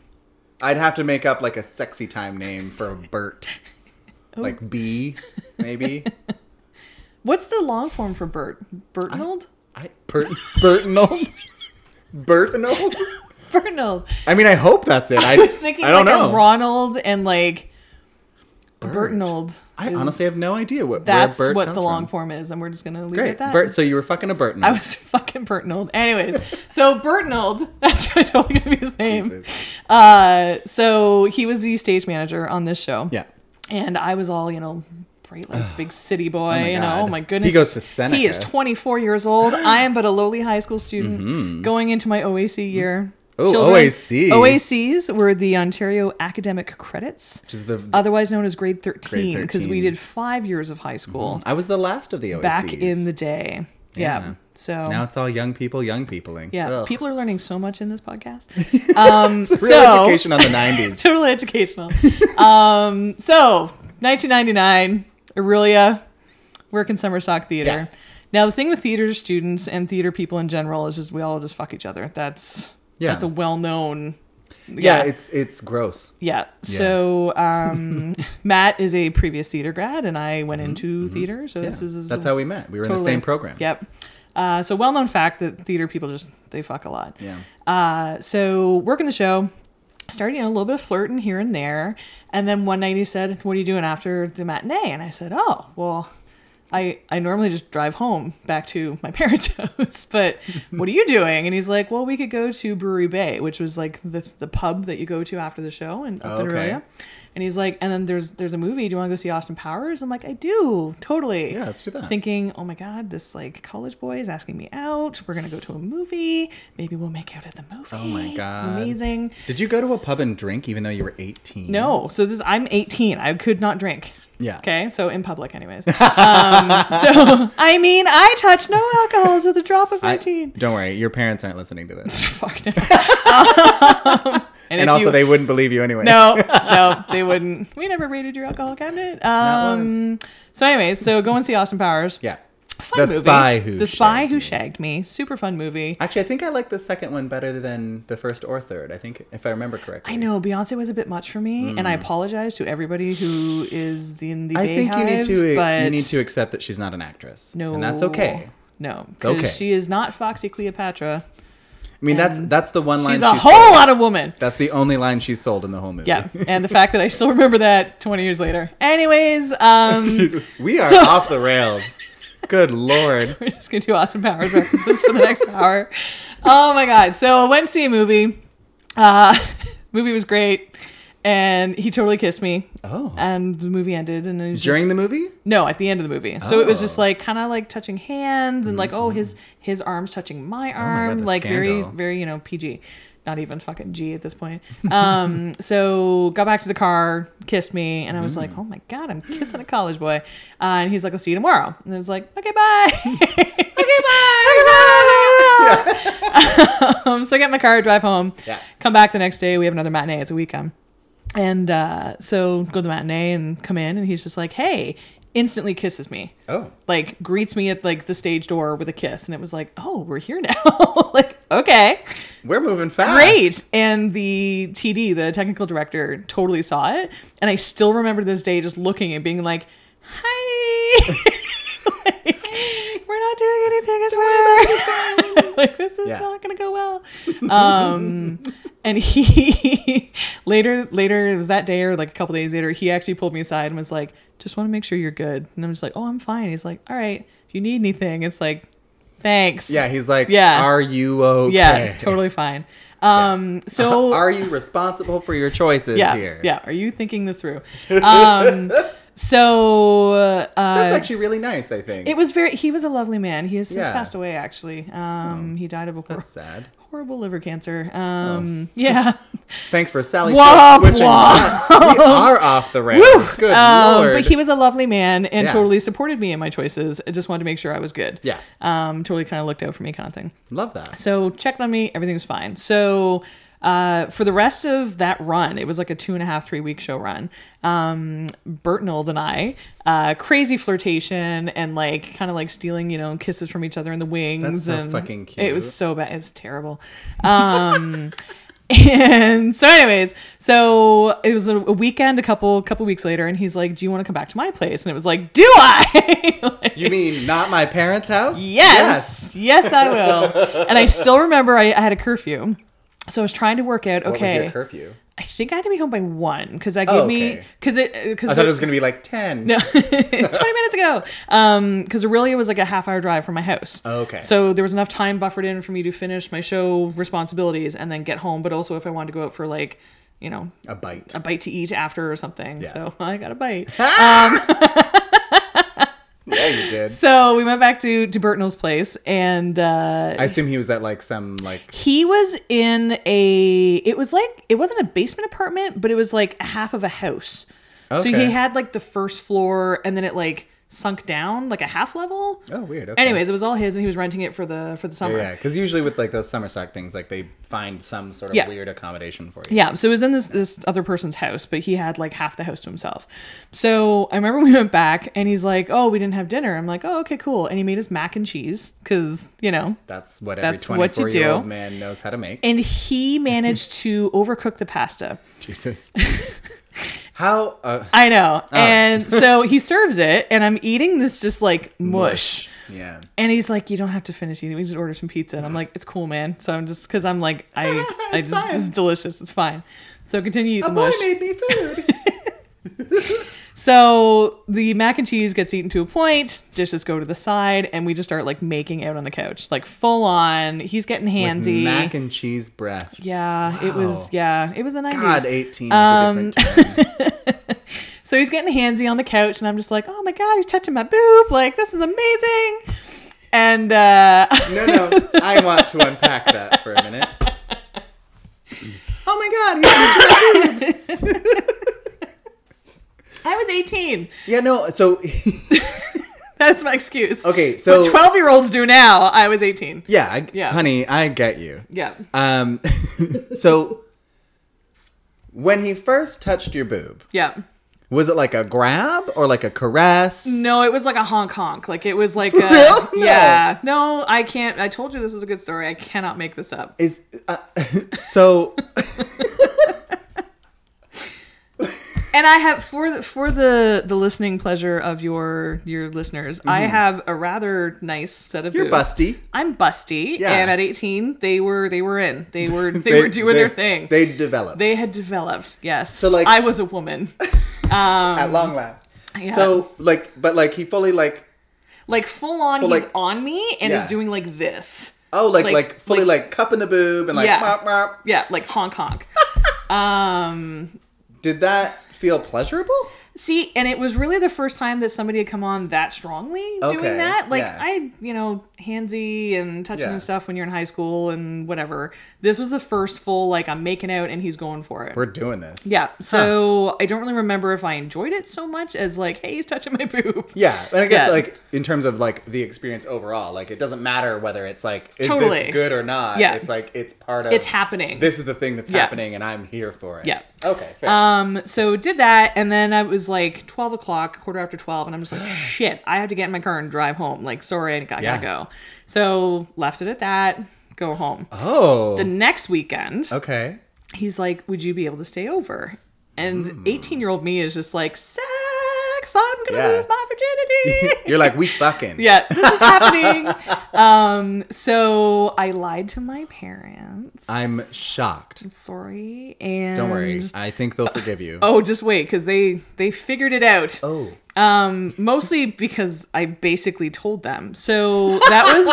I'd have to make up like a sexy time name for a Bert, Oh. like B, maybe. What's the long form for Bert? Bertnold. I Bert Bertinold. Bertinold. Bertnold. I mean, I hope that's it. I, I was thinking I don't like know. a Ronald and like Bert. Bertnold. I is- honestly have no idea what That's where Bert what comes the long from. form is, and we're just gonna leave it Great, at that. Bert. So you were fucking a Bertinold. I was fucking Bertnold. Anyways, so Bertnold, that's totally gonna be his name. Jesus. Uh, so he was the stage manager on this show. Yeah. and I was all you know. Bright lights, big city boy. you know, God. oh my goodness. He goes to He is Seneca. Mm-hmm. 24 years old. I am but a lowly high school student going into my OAC year. Oh, Children- OAC. OACs were the Ontario Academic Credits, Which is the otherwise known as grade 13, because 13. we did five years of high school I was the last of the OACs. back in the day. Yeah. Yeah. So Now it's all young people, young peopling. yeah, Ugh. people are learning so much in this podcast. It's a real so- education on the '90s. totally educational. um, so 1999, Aurelia, work in Summerstock Theater. Yeah. Now the thing with theater students and theater people in general is just we all just fuck each other. That's Yeah. that's a well known. yeah, it's it's gross. Yeah. So um, Matt is a previous theater grad, and I went into theater. So Mm-hmm, Yeah. this is That's how we met. We were in the totally- same program. Yep. Uh, so well known fact that theater people just they fuck a lot. Yeah. Uh, so working the show, started you know, a little bit of flirting here and there, and then one night he said, "What are you doing after the matinee?" And I said, "Oh, well." I, I normally just drive home back to my parents' house, but what are you doing? And he's like, well, we could go to Brewery Bay, which was like the, the pub that you go to after the show in up in Oh, Okay. Aurelia. And he's like, and then there's there's a movie. Do you want to go see Austin Powers? I'm like, I do, totally. Yeah, let's do that. Thinking, oh my god, this like college boy is asking me out. We're gonna go to a movie. Maybe we'll make out at the movie. Oh my It's God. amazing. Did you go to a pub and drink even though you were 18? No, so this I'm 18. I could not drink. Yeah. Okay, so in public, anyways. um, so I mean, I touch no alcohol to the drop of I, my teen. don't worry, your parents aren't listening to this. Fuck no. Um, and if also, you- they wouldn't believe you anyway. no, no, they wouldn't. We never raided your alcohol cabinet. Um, so, anyways, so go and see Austin Powers. Yeah. Fun the movie. spy who. the spy shagged who me. shagged me. Super fun movie. Actually, I think I like the second one better than the first or third. I think, if I remember correctly. I know Beyonce was a bit much for me, and I apologize to everybody who is the, in the. Mm. I think you need Bayhive, to but you need to accept that she's not an actress. No, and that's okay. No, okay. because she is not Foxy Cleopatra. I mean, that's And that's the one line. She's a she whole sold. lot of woman. That's the only line she sold in the whole movie. Yeah, and the fact that I still remember that 20 years later. Anyways, um, Jesus, we are So- off the rails. Good lord. We're just gonna do Austin Powers references for the next hour. Oh my god! So I went to see a movie. Uh, movie was great, and he totally kissed me. Oh. And the movie ended, and it was During just- the movie? no, at the end of the movie. So it was just Oh. Mm-hmm. like kind of like touching hands and like oh his his arms touching my arm, Oh the like scandal. very very you know PG, not even fucking G at this point. Um, so got back to the car, kissed me, and I was Mm. like, oh my god, I'm kissing a college boy, uh, and he's like, I'll see you tomorrow, and I was like, okay, bye, okay, bye. um, so I get in the car, drive home, Yeah. come back the next day. We have another matinee. It's a weekend. And uh, so go to the matinee and come in, and he's just like, hey, instantly kisses me. Oh. Like greets me at like the stage door with a kiss. And it was like, oh, we're here now. like, okay, We're moving fast. great. And the TD, the technical director, totally saw it. And I still remember this day just looking and being like, hi. like, we're not doing anything, I swear. like, this is Yeah. not going to go well. Um, and he later, later, it was that day or like a couple days later, he actually pulled me aside and was like, just want to make sure you're good. And I'm just like, oh, I'm fine. He's like, all right, if you need anything, it's like, thanks. Yeah, he's like, Yeah. are you okay? Yeah, totally fine. Um, so Are you responsible for your choices yeah, here? yeah. Are you thinking this through? Um, so uh, That's actually really nice, I think. it was very. He was a lovely man. He has since Yeah. Oh, passed away. Actually, um, he died of a hor- That's Oh. sad. horrible liver cancer. Um, yeah. Thanks for Sally Womp for switching womp. that. We are off the rails. Good Um, lord. but he was a lovely man and Yeah. totally supported me in my choices. I just wanted to make sure I was good. Yeah. Um, totally kind of looked out for me, kind of thing. Love that. So checked on me, everything was fine. So uh, for the rest of that run, it was like a two and a half, three week show run. Um, Bertnold and I, uh, crazy flirtation and like kind of like stealing, you know, kisses from each other in the wings. so and fucking It cute. was so bad. It's terrible. Um, and so anyways so it was a, a weekend a couple couple weeks later and he's like do you want to come back to my place and it was like do i Like- You mean not my parents' house? Yes. Yes, I will. and I still remember I, I had a curfew. So I was trying to work out, What was okay, your curfew? I think I had to be home by one because I gave Oh, me, okay. because it, I because thought it was going to be like 10. no, 20 minutes ago. Um, because Aurelia was like a half hour drive from my house. Oh, Okay. So there was enough time buffered in for me to finish my show responsibilities and then get home. But also if I wanted to go out for like, you know, A bite. a bite to eat after or something. Yeah. So I got a bite. yeah, you did. So we went back to to Bertnell's place, and uh, I assume he was at like some like he was in a. It was like it wasn't a basement apartment, but it was like half of a house. So Okay. he had like the first floor, and then it like sunk down like a half level. oh weird. Okay. Anyways, uh, it was all his, and he was renting it for the for the summer. yeah, because usually with like those summer stock things, like they find some sort of Yeah. weird accommodation for you. Yeah, so it was in this this other person's house, but he had like half the house to himself. So I remember we went back and he's like, "Oh, we didn't have dinner." I'm like, "Oh, okay, cool." And he made us mac and cheese cuz, you know. That's what every That's what you twenty-four year old do. man knows how to make. And he managed to overcook the pasta. Jesus. how? Uh, I know. right. And so he serves it and I'm eating this just like mush. yeah. And he's like, "You don't have to finish eating. We just order some pizza." And I'm like, "It's cool, man." So I'm just cuz I'm like, I I It's just this is fine. delicious. It's fine. So continue to eat A the boy mush. made me food. So the mac and cheese gets eaten to a point, dishes go to the side, and we just start like making out on the couch, like full on. He's getting handsy. Mac and cheese breath. yeah, it Wow. was yeah, it was the God, nineties. eighteen Um, is a different time. So he's getting handsy on the couch, and I'm just like, oh my god, he's touching my boob, like this is amazing. And uh, No, no, I want to unpack that for a minute. Oh my God! he's a I was 18. Jew. Yeah, no. So That's my excuse. okay, so what 12 year olds do now. I was 18. yeah, I, Yeah. honey, I get you. Yeah. Um, so when he first touched your boob, Yeah. was it like a grab or like a caress? No, it was like a honk honk. Like it was like a real? No. yeah. No, I can't. I told you this was a good story. I cannot make this up. Is uh, so And I have for the, for the the listening pleasure of your your listeners, I have a rather nice set of Mm-hmm. you're boobs. busty. I'm busty, Yeah. and at 18, they were they were in. They were they, were doing their thing. They, They developed had developed. Yes. So, like- I was a woman. at long last. um, Yeah. So like, but like he fully like Like full on Well, he's like- on me and Yeah. is doing like this. oh like like, Like- fully like, cupping the boob and like Yeah. "Mwah, mwah." Yeah, like honk honk. did that feel pleasurable? See, and it was really the first time that somebody had come on that strongly Okay, doing that. Like yeah. I, you know, handsy and touching Yeah. and stuff when you're in high school and whatever. This was the first full like I'm making out and he's going for it. We're doing this. yeah. So I don't really remember if I enjoyed it so much as like, hey, he's touching my boob. Yeah, and I guess Yeah. like in terms of like the experience overall, like it doesn't matter whether it's like is Totally. this good or not. Yeah. it's like it's part of It's happening. This is the thing that's Yeah. happening, and I'm here for it. Yeah. Okay. Fair. Um, so did that, and then I was like twelve o'clock, quarter after twelve, and I'm just like, shit, I have to get in my car and drive home. Like, sorry, I gotta, Yeah. gotta go. So left it at that, go home. oh. The next weekend, okay. he's like, Would you be able to stay over? Hmm. And 18 year old me is just like, Sex, I'm gonna Yeah. lose my virginity. You're like we fucking. yeah, this is happening. um, so I lied to my parents. I'm shocked. Sorry. And Uh. Don't worry. I think they'll forgive you. Oh, just wait, because they they figured it out. Oh. Um, mostly because I basically told them. So that was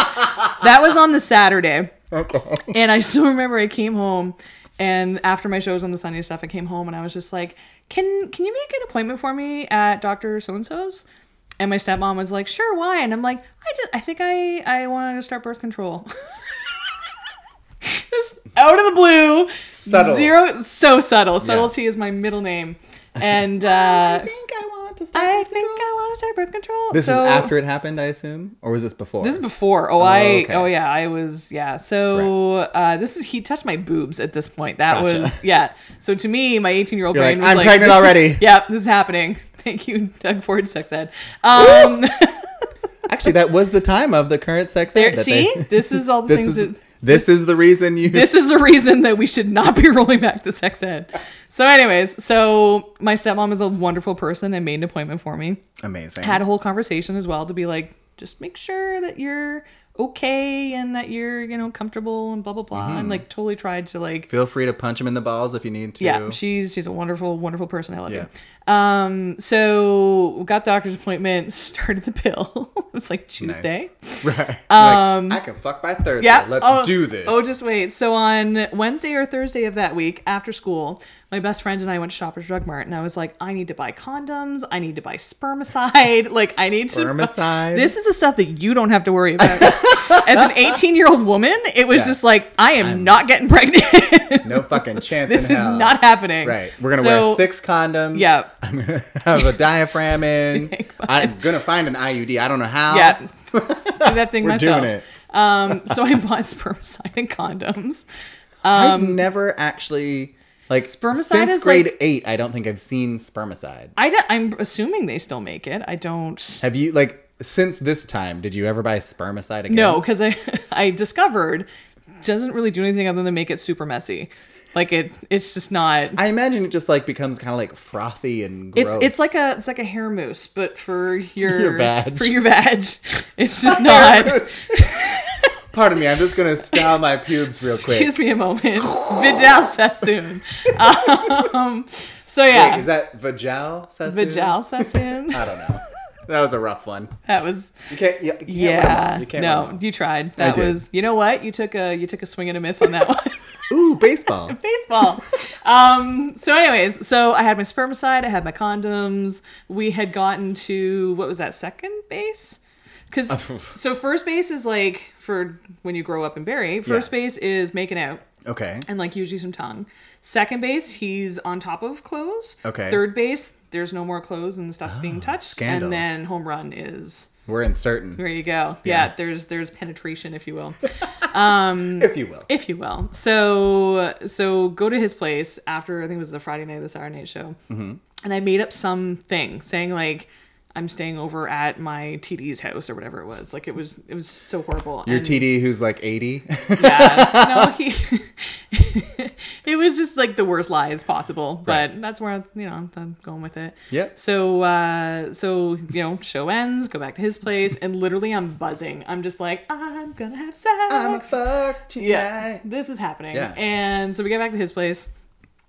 that was on the Saturday. Okay. And I still remember I came home and after my shows on the Sunday stuff, I came home and I was just like, Can can you make an appointment for me at Dr. So and so's? And my stepmom was like, Sure, why? And I'm like, I just I think I I wanted to start birth control. just out of the blue. Subtle. Zero so subtle. Subtlety is my middle name. And uh think I want to start. I think I want to start birth control. This so, is after it happened, I assume, or was this before? this is before. Oh, I. okay. Oh, yeah. I was. Yeah. So uh, this is. He touched my boobs at this point. That Gotcha. was. Yeah. So to me, my 18 year old You're brain like, was "I'm like, pregnant this- already." Yeah, this is happening. Thank you, Doug Ford, sex ed. Um, Actually, that was the time of the current sex ed. there, that see, they- this is all the this things is that. this is the reason you. This is the reason that we should not be rolling back the sex ed. So, anyways, so my stepmom is a wonderful person and made an appointment for me. amazing. had a whole conversation as well to be like, just make sure that you're okay and that you're you know comfortable and blah blah blah and like totally tried to like Mm-hmm. Feel free to punch him in the balls if you need to. yeah she's she's a wonderful wonderful person i love Yeah. you um so got doctor's appointment started the pill it was like Nice. tuesday Right. like, I can fuck by Thursday. Um, yeah Let's oh, do this. oh just wait so on wednesday or thursday of that week after school my best friend and i went to shoppers drug mart and i was like i need to buy condoms i need to buy spermicide like i need to Spermicide. this is the stuff that you don't have to worry about. As an 18 year old woman, it was Yeah. just like, I am not getting pregnant. no fucking chance this is in hell. not happening. Right. We're gonna So- wear six condoms. Yeah. I'm gonna have a diaphragm in. I'm gonna find an IUD. I don't know how. Yeah. Do that thing Oh. We're myself. doing it. Um, so I bought spermicide and condoms. I've never actually like Um, Spermicide since is grade like- eight. I don't think I've seen spermicide. I d- I'm assuming they still make it. I don't. Have you like since this time? Did you ever buy spermicide again? No, because I I discovered doesn't really do anything other than make it super messy. Like it, it's just not. I imagine it just like becomes kind of like frothy and gross. It's it's like a it's like a hair mousse, but for your, Your vag. for your vag. It's just not. Pardon me. I'm just gonna style my pubes real quick. Excuse me a moment. Vijal Sassoon. Um, so Wait, is yeah, that Vajal? Sassoon? Uh, Vijal Sassoon. I don't know. That was a rough one. That was You can't. You, you can't win 'em all. yeah. You can't win 'em no, all. you tried. That did. was you know what you took a you took a swing and a miss on that one. Ooh, baseball. Baseball. um. So anyways, so I had my spermicide. I had my condoms. We had gotten to what was that second base? Because so first base is like for when you grow up and bury. First Yeah. base is making out. Okay. and like usually some tongue. Second base, he's on top of clothes. Okay. Ah, Third base, there's no more clothes and stuff's being touched. scandal. And then home run is We're uncertain, there you go. Yeah, Yeah. there's there's penetration, if you will. if you will. if you will. So so go to his place after I think it was the Friday night of the Saturday night show. Mm-hmm. And I made up some thing saying like I'm staying over at my TD's house or whatever it was. Like it was it was so horrible. Your And- TD, who's like 80. yeah. No, he. it was just like the worst lies possible, but that's where I, you know I'm going with it. Yep. So, uh, so you know, show ends. Go back to his place, and literally, I'm buzzing. I'm just like, I'm gonna have sex. I'm a fuck tonight. yeah. This is happening. Yeah. And so we get back to his place,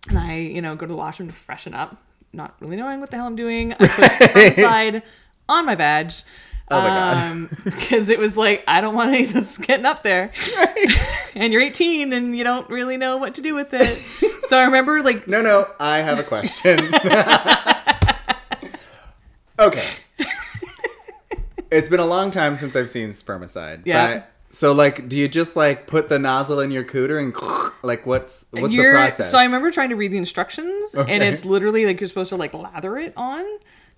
and I, you know, go to the washroom to freshen up, not really knowing what the hell I'm doing. I put spermicide on my vag. Oh my God. Because it was like I don't want any of this getting up there and you're 18 and you don't really know what to do with it. So I remember like No, no, I have a question. okay. It's been a long time since I've seen spermicide. Yeah. But, so, like, do you just like put the nozzle in your cooter and like what's what's you're, the process? So I remember trying to read the instructions and Okay. it's literally like you're supposed to like lather it on.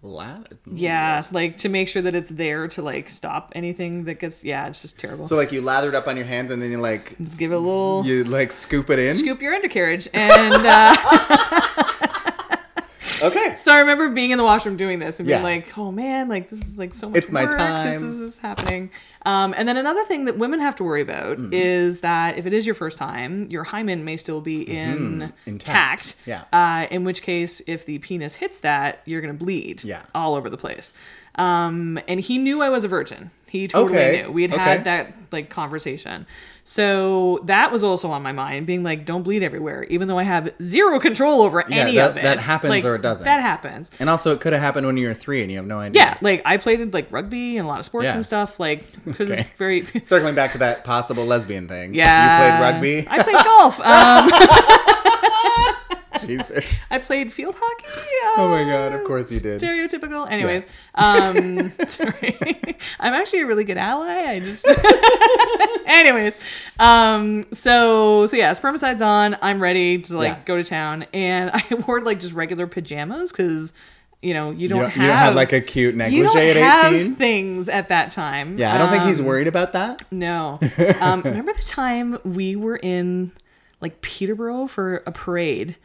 La- Yeah, like to make sure that it's there to like stop anything that gets yeah, it's just terrible. So like you lather it up on your hands and then you like just give it a little you like scoop it in. scoop your undercarriage and uh, Okay. so I remember being in the washroom doing this and being Yeah. like, "Oh man, like this is like so much It's my work. This time." is, this is happening." Um, and then another thing that women have to worry about Mm-hmm. is that if it is your first time, your hymen may still be in Mm-hmm. Intact. intact. Yeah. Uh, in which case, if the penis hits that, you're gonna bleed. Yeah. All over the place. Um, and he knew I was a virgin. He totally Okay. knew. We had Okay. had that like conversation. So that was also on my mind, being like, "Don't bleed everywhere," even though I have zero control over any that- of it. that happens Like, or it doesn't. That happens. And also it could have happened when you were three and you have no idea. Yeah, like I played in like rugby and a lot of sports Yeah. and stuff. Like could have Okay. very Circling back to that possible lesbian thing. yeah. You played rugby. I played golf. Um, Jesus. I played field hockey. Oh uh, my god, of course you did. Stereotypical. Anyways, um, sorry. I'm actually a really good ally. I just. Anyways, um, so so yeah, spermicide's on. I'm ready to like Yeah. go to town, and I wore like just regular pajamas because you know you don't You don't, have you don't have like a cute you don't negligee at have 18? things at that time. Yeah, I don't think he's Um, worried about that. No. Um, remember the time we were in like Peterborough for a parade?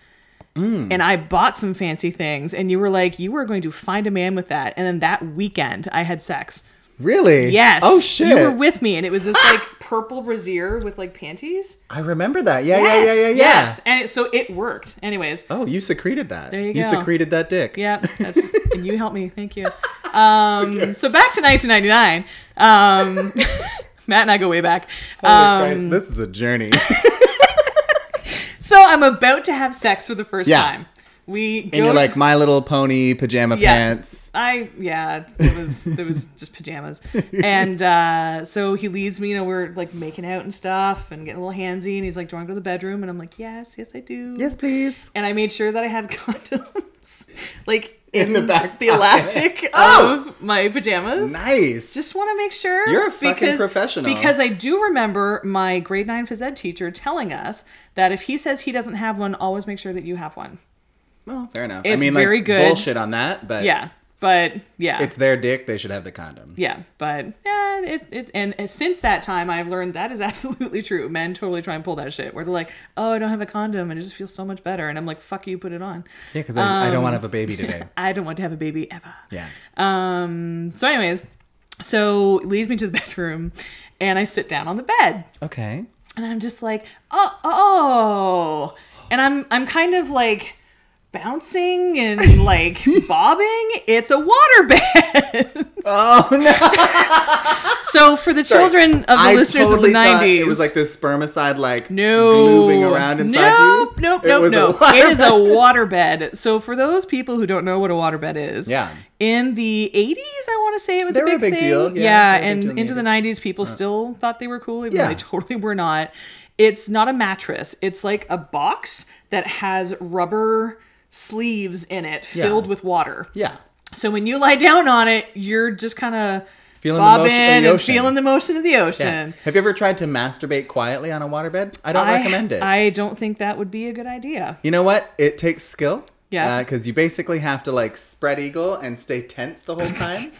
Mm. And I bought some fancy things, and you were like, you were going to find a man with that. And then that weekend, I had sex. Really? Yes. Oh shit. You were with me, and it was this like purple brassiere with like panties. I remember that. Yeah, Yes, yeah, yeah, yeah, yeah. Yes. And it, so it worked. Anyways, Oh, you secreted that. There you You go. secreted that dick. yeah, that's, and you helped me. Thank you. Um, so back to 1999. Um, Matt and I go way back. Holy Um, Christ, this is a journey. so I'm about to have sex for the first Yeah. time. We go and you're like My Little Pony pajama Yeah. pants. I yeah, it's- it was it was just pajamas, and uh, so he leads me. You know, we're like making out and stuff, and getting a little handsy. And he's like, "Do you want to go to the bedroom?" And I'm like, "Yes, yes, I do." Yes, please. And I made sure that I had condoms, like In in, the back the pocket. elastic Oh! of my pajamas. Nice. Just want to make sure You're a fucking professional. Because I do remember my grade nine phys ed teacher telling us that if he says he doesn't have one, always make sure that you have one. well, fair enough. I It's mean, very like good. bullshit on that, but Yeah, but yeah, it's their dick. They should have the condom. yeah but yeah it, it and since that time i've learned that is absolutely true men totally try and pull that shit where they're like oh i don't have a condom and it just feels so much better and i'm like fuck you put it on Yeah, because I, I don't Um, want to have a baby today. i don't want to have a baby ever Yeah. um so anyways so it leads me to the bedroom and i sit down on the bed Okay. and i'm just like oh oh and i'm i'm kind of like bouncing and like bobbing it's a water bed Oh no! so for the children of the listeners of the 90s It was like this spermicide, like No. glooping around inside nope, you. Nope, It nope, was a nope. water It is a bed. waterbed. So for those people who don't know what a waterbed is, Yeah. in the 80s, I want to say it was They a were big, a big thing. deal. Yeah, Yeah, they were a big and deal in the into the 90s, people still thought they were cool, even Yeah. though they totally were not. It's not a mattress. It's like a box that has rubber sleeves in it Yeah. filled with water. Yeah. So when you lie down on it, you're just kind of Feeling the bobbing motion of the and ocean. feeling the motion of the ocean. yeah. Have you ever tried to masturbate quietly on a waterbed? I don't I- recommend it. I don't think that would be a good idea. you know what? It takes skill. Yeah. Because you basically have to like spread eagle and stay tense the whole time.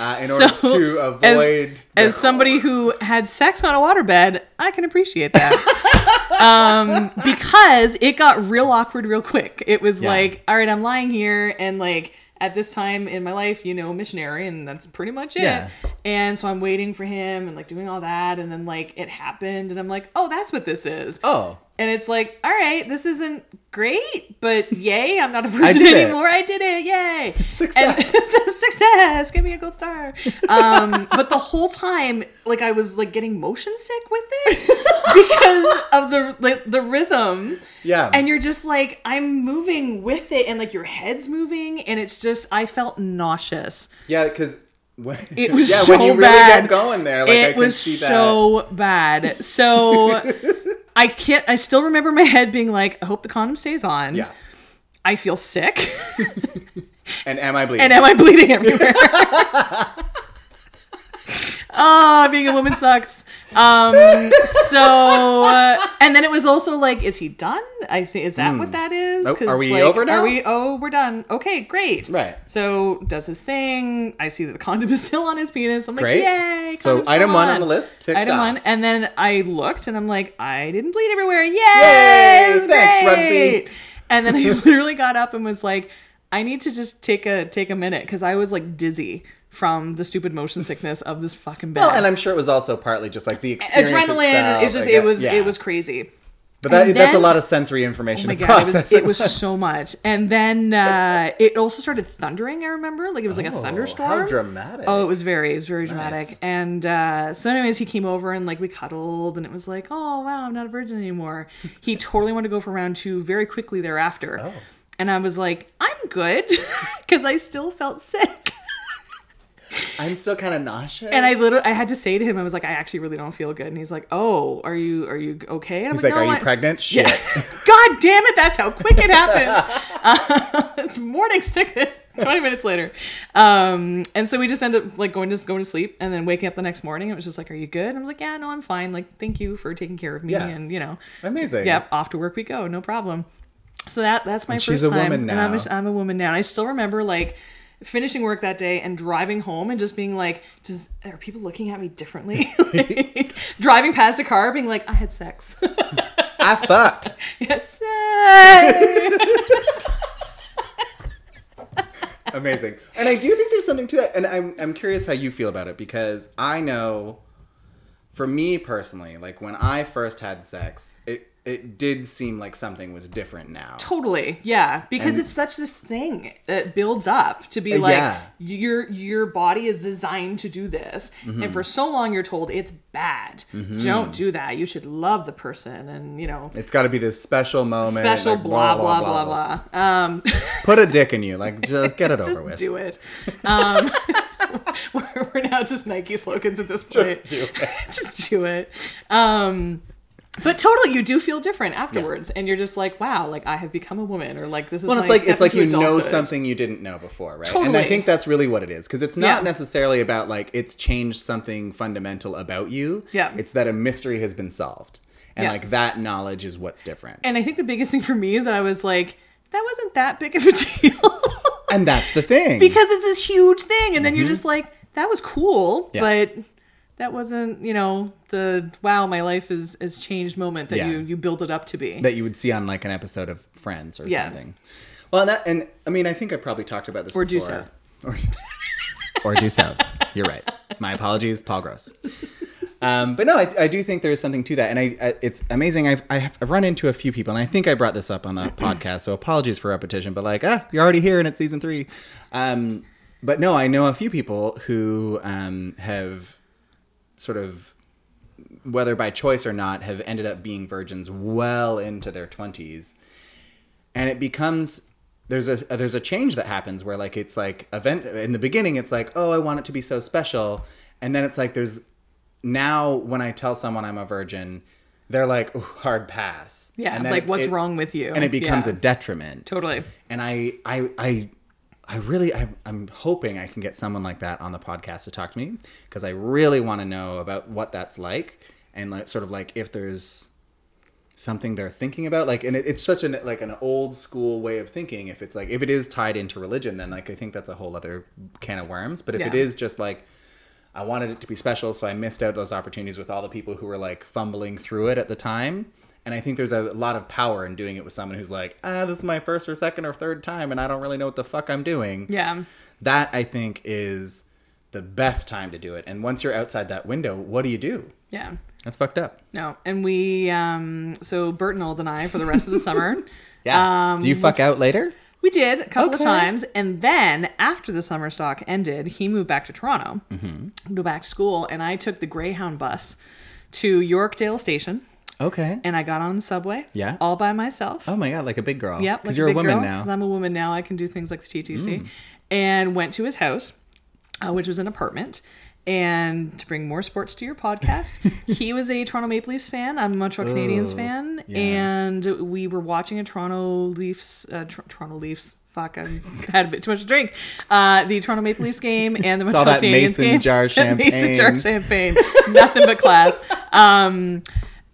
Uh, in order to as- avoid As, the- somebody who had sex on a waterbed, I can appreciate that. um, because it got real awkward real quick. It was Yeah. like, all right, I'm lying here and like at this time in my life, you know, missionary, and that's pretty much it. Yeah. And so I'm waiting for him and like doing all that, and then like it happened, and I'm like, oh, that's what this is. oh And it's like, all right, this isn't great, but yay, I'm not a I virgin did it. anymore. I did it, yay! Success. And success, give me a gold star. Um, but the whole time, like I was like getting motion sick with it because of the like, the rhythm. yeah And you're just like, I'm moving with it, and like your head's moving, and it's just, I felt nauseous. yeah because It was yeah so when you really bad. get going there like it I could was see so bad. So I can't. I still remember my head being like, "I hope the condom stays on." that yeah I feel sick, and am I bleeding and am I bleeding everywhere? Ah, being a woman sucks. Um, so, uh, and then it was also like, is he done? I think is that what that is? Oh, 'Cause, are we like, over now? Are we? Oh, we're done. Okay, great. Right. So does his thing. I see that the condom is still on his penis. I'm like, Great. yay! So condom's item still one on the list, ticked item off. one, and then I looked and I'm like, I didn't bleed everywhere. Yay! Yay! Thanks, rugby. Great. And then I literally got up and was like, I need to just take a take a minute because I was like dizzy from the stupid motion sickness of this fucking bed. well and I'm sure it was also partly just like the experience Adrenaline, itself, it just I guess. it was Yeah. it was crazy. but that, and that's a then- lot of sensory information Oh my to god, it process was, it was so much. And then uh, it also started thundering. I remember, like it was like a Oh, thunderstorm. how dramatic Oh, it was very, it was very dramatic. And uh, so, anyways, he came over and like we cuddled, and it was like, oh wow, I'm not a virgin anymore. He totally wanted to go for round two very quickly thereafter. Oh. And I was like, I'm good because I still felt sick. I'm still kind of nauseous And I literally, I had to say to him, I was like, I actually really don't feel good. And he's like, Oh, are you, are you okay? And I'm he's like are "No, you I-" pregnant Yeah. shit God damn it! That's how quick it happened. Uh, it's morning sickness. Twenty minutes later, um, and so we just end up like going to going to sleep and then waking up the next morning. It was just like, "Are you good?" And I was like, "Yeah, no, I'm fine. Like, thank you for taking care of me." Yeah. And you know, amazing yep, off to work we go, no problem. So that that's my she's first a time, woman and I'm now. a, I'm a woman now. And I still remember like finishing work that day and driving home and just being like, "Does are people looking at me differently?" Like, driving past a car, being like, "I had sex." I Ah, fucked yes. I- Amazing. And I do think there's something to that. And I'm, I'm curious how you feel about it because I know for me personally, like when I first had sex, it it did seem like something was different now. Totally, yeah, because And- Uh, it's such this thing that builds up to be like yeah. your your body is designed to do this, Mm-hmm. and for so long you're told it's bad. Don't do that. You should love the person, and you know, It's got to be this special moment. special like, blah, blah, blah blah Um, Put a dick in you, like just get it over just with. do it. Um, we're, we're now just Nike slogans at this point. Just do it. just do it. Um, but totally, you do feel different afterwards, and you're just like, wow, like I have become a woman, or like this is. Well, my it's like step it's like you into know adulthood. something you didn't know before, right? And I Totally. think that's really what it is, because it's not Yeah. necessarily about like it's changed something fundamental about you. Yeah. it's that a mystery has been solved, and Yeah. like that knowledge is what's different. And, And I think the biggest thing for me is that I was like, that wasn't that big of a deal that's the thing. because it's this huge thing, and then you're just like, that was cool, Mm-hmm. Yeah. but that wasn't, you know, the wow, my life is is changed moment that Yeah. you you build it up to be. that you would see on like an episode of Friends or Yeah. something. Well, that and I mean, I think I probably talked about this Or due before. south. Or, or due south. You're right. My apologies, Paul Gross. Um, but no, I, I do think there is something to that, and I, I it's amazing. I've I have, I've run into a few people, and I think I brought this up on the podcast, so apologies for repetition. But like, ah, you're already here, and it's season three. Um, but no, I know a few people who um, have sort of whether by choice or not, have ended up being virgins well into their twenties, and it becomes there's a there's a change that happens where like it's like event in the beginning it's like oh I want it to be so special, and then it's like there's now when I tell someone I'm a virgin, they're like "Ooh, hard pass. Yeah, And then like, it- what's it- wrong with you? and it becomes Yeah. a detriment Totally. and I I I I really I, I'm hoping I can get someone like that on the podcast to talk to me because I really want to know about what that's like and like sort of like if there's something they're thinking about like and it, it's such an like an old school way of thinking if it's like if it is tied into religion then like I think that's a whole other can of worms but if it Yeah. is just like I wanted it to be special, so I missed out those opportunities with all the people who were like fumbling through it at the time. And I think there's a lot of power in doing it with someone who's like, ah, this is my first or second or third time, and I don't really know what the fuck I'm doing. Yeah. That I think is the best time to do it. And once you're outside that window, what do you do? Yeah. That's fucked up. No. And we um so Bertnold and I for the rest of the summer. Yeah. Um, do you fuck out later? We did a couple Okay. of times, and then after the summer stock ended, he moved back to Toronto, Mm-hmm. to go back to school, and I took the Greyhound bus to Yorkdale Station, Okay. and I got on the subway, Yeah. all by myself. oh my God, like a big girl. Yep, Because like you're a big woman girl, now. Mm. 'cause I'm a woman now. I can do things like the TTC, and went to his house, uh, which was an apartment. And to bring more sports to your podcast, he was a Toronto Maple Leafs fan. I'm a Montreal Canadiens Oh, fan, yeah. and we were watching a Toronto Leafs, uh, Tr- Toronto Leafs. Fuck, I had a bit too much to drink. Uh, the Toronto Maple Leafs game and the all Montreal that Canadiens mason game. jar That mason jar champagne. champagne, nothing but class. Um,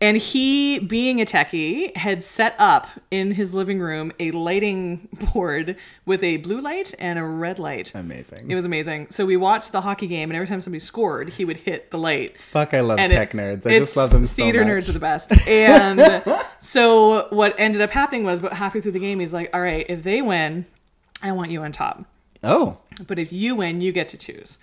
and he, being a techie, had set up in his living room a lighting board with a blue light and a red light. Amazing. It was amazing. So we watched the hockey game, and every time somebody scored, he would hit the light. Fuck, I love And tech it- nerds. I it's- just love them so Theater much. nerds are the best. And so what ended up happening was, but halfway through the game, he's like, "All right, if they win, I want you on top." Oh, but if you win, you get to choose.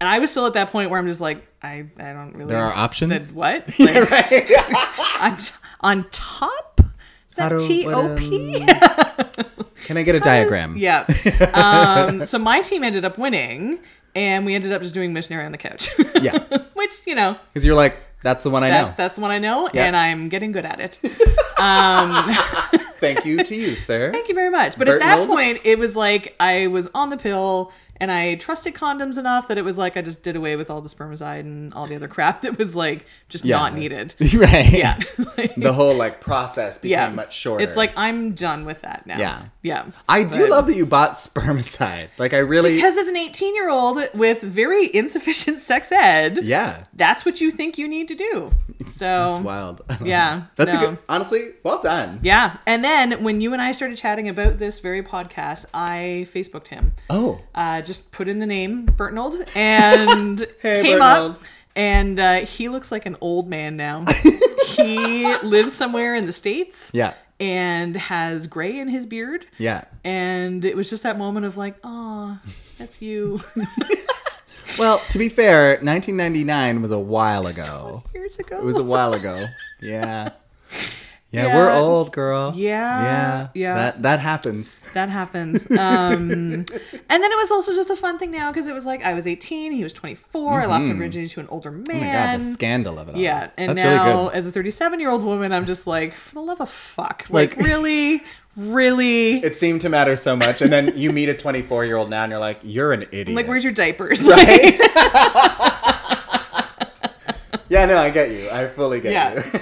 And I was still at that point where I'm just like, I, I don't really. There are options? That what? Like, on, t- on top? Is How that do- T O P? what, can I get a diagram? Yeah. Um, so my team ended up winning, and we ended up just doing missionary on the couch. Yeah. Which you know, Because you're like, that's the one I that's know. that's the one I know, Yeah. and I'm getting good at it. Thank you to you, sir. Thank you very much. But at Bertnold? that point, it was like I was on the pill and I trusted condoms enough that it was like I just did away with all the spermicide and all the other crap that was like just Yeah. not needed. right. Yeah. Like, The whole like process became yeah. much shorter. It's like I'm done with that now. Yeah. Yeah. I do But- love that you bought spermicide. Like I really because as an 18 year old with very insufficient sex ed, Yeah. that's what you think you need to do. So It's wild. Oh. yeah, That's a no. good honestly, well done. yeah. And then when you and I started chatting about this very podcast, I Facebooked him. Oh. uh, just put in the name Bertnold and Hey, came Bertnold. up. And uh, he looks like an old man now. he lives somewhere in the States Yeah. and has gray in his beard. Yeah. And it was just that moment of like, oh, that's you. Well, to be fair, 1999 was a while ago. Years ago. It was a while ago. Yeah. Yeah, we're Yeah. old, girl. Yeah, Yeah. yeah. That that happens. That happens. Um, and then it was also just a fun thing now because it was like I was 18, he was 24. I lost my virginity to an older man. Mm-hmm. Oh my god, the scandal of it all. Yeah, and That's now really good. as a 37 year old woman, I'm just like, for the love of fuck, like, Like- really, really, It seemed to matter so much, and then you meet a 24 year old now, and you're like, "You're an idiot." like, where's your diapers? Right? yeah, no, I get you. I fully get yeah. you. So,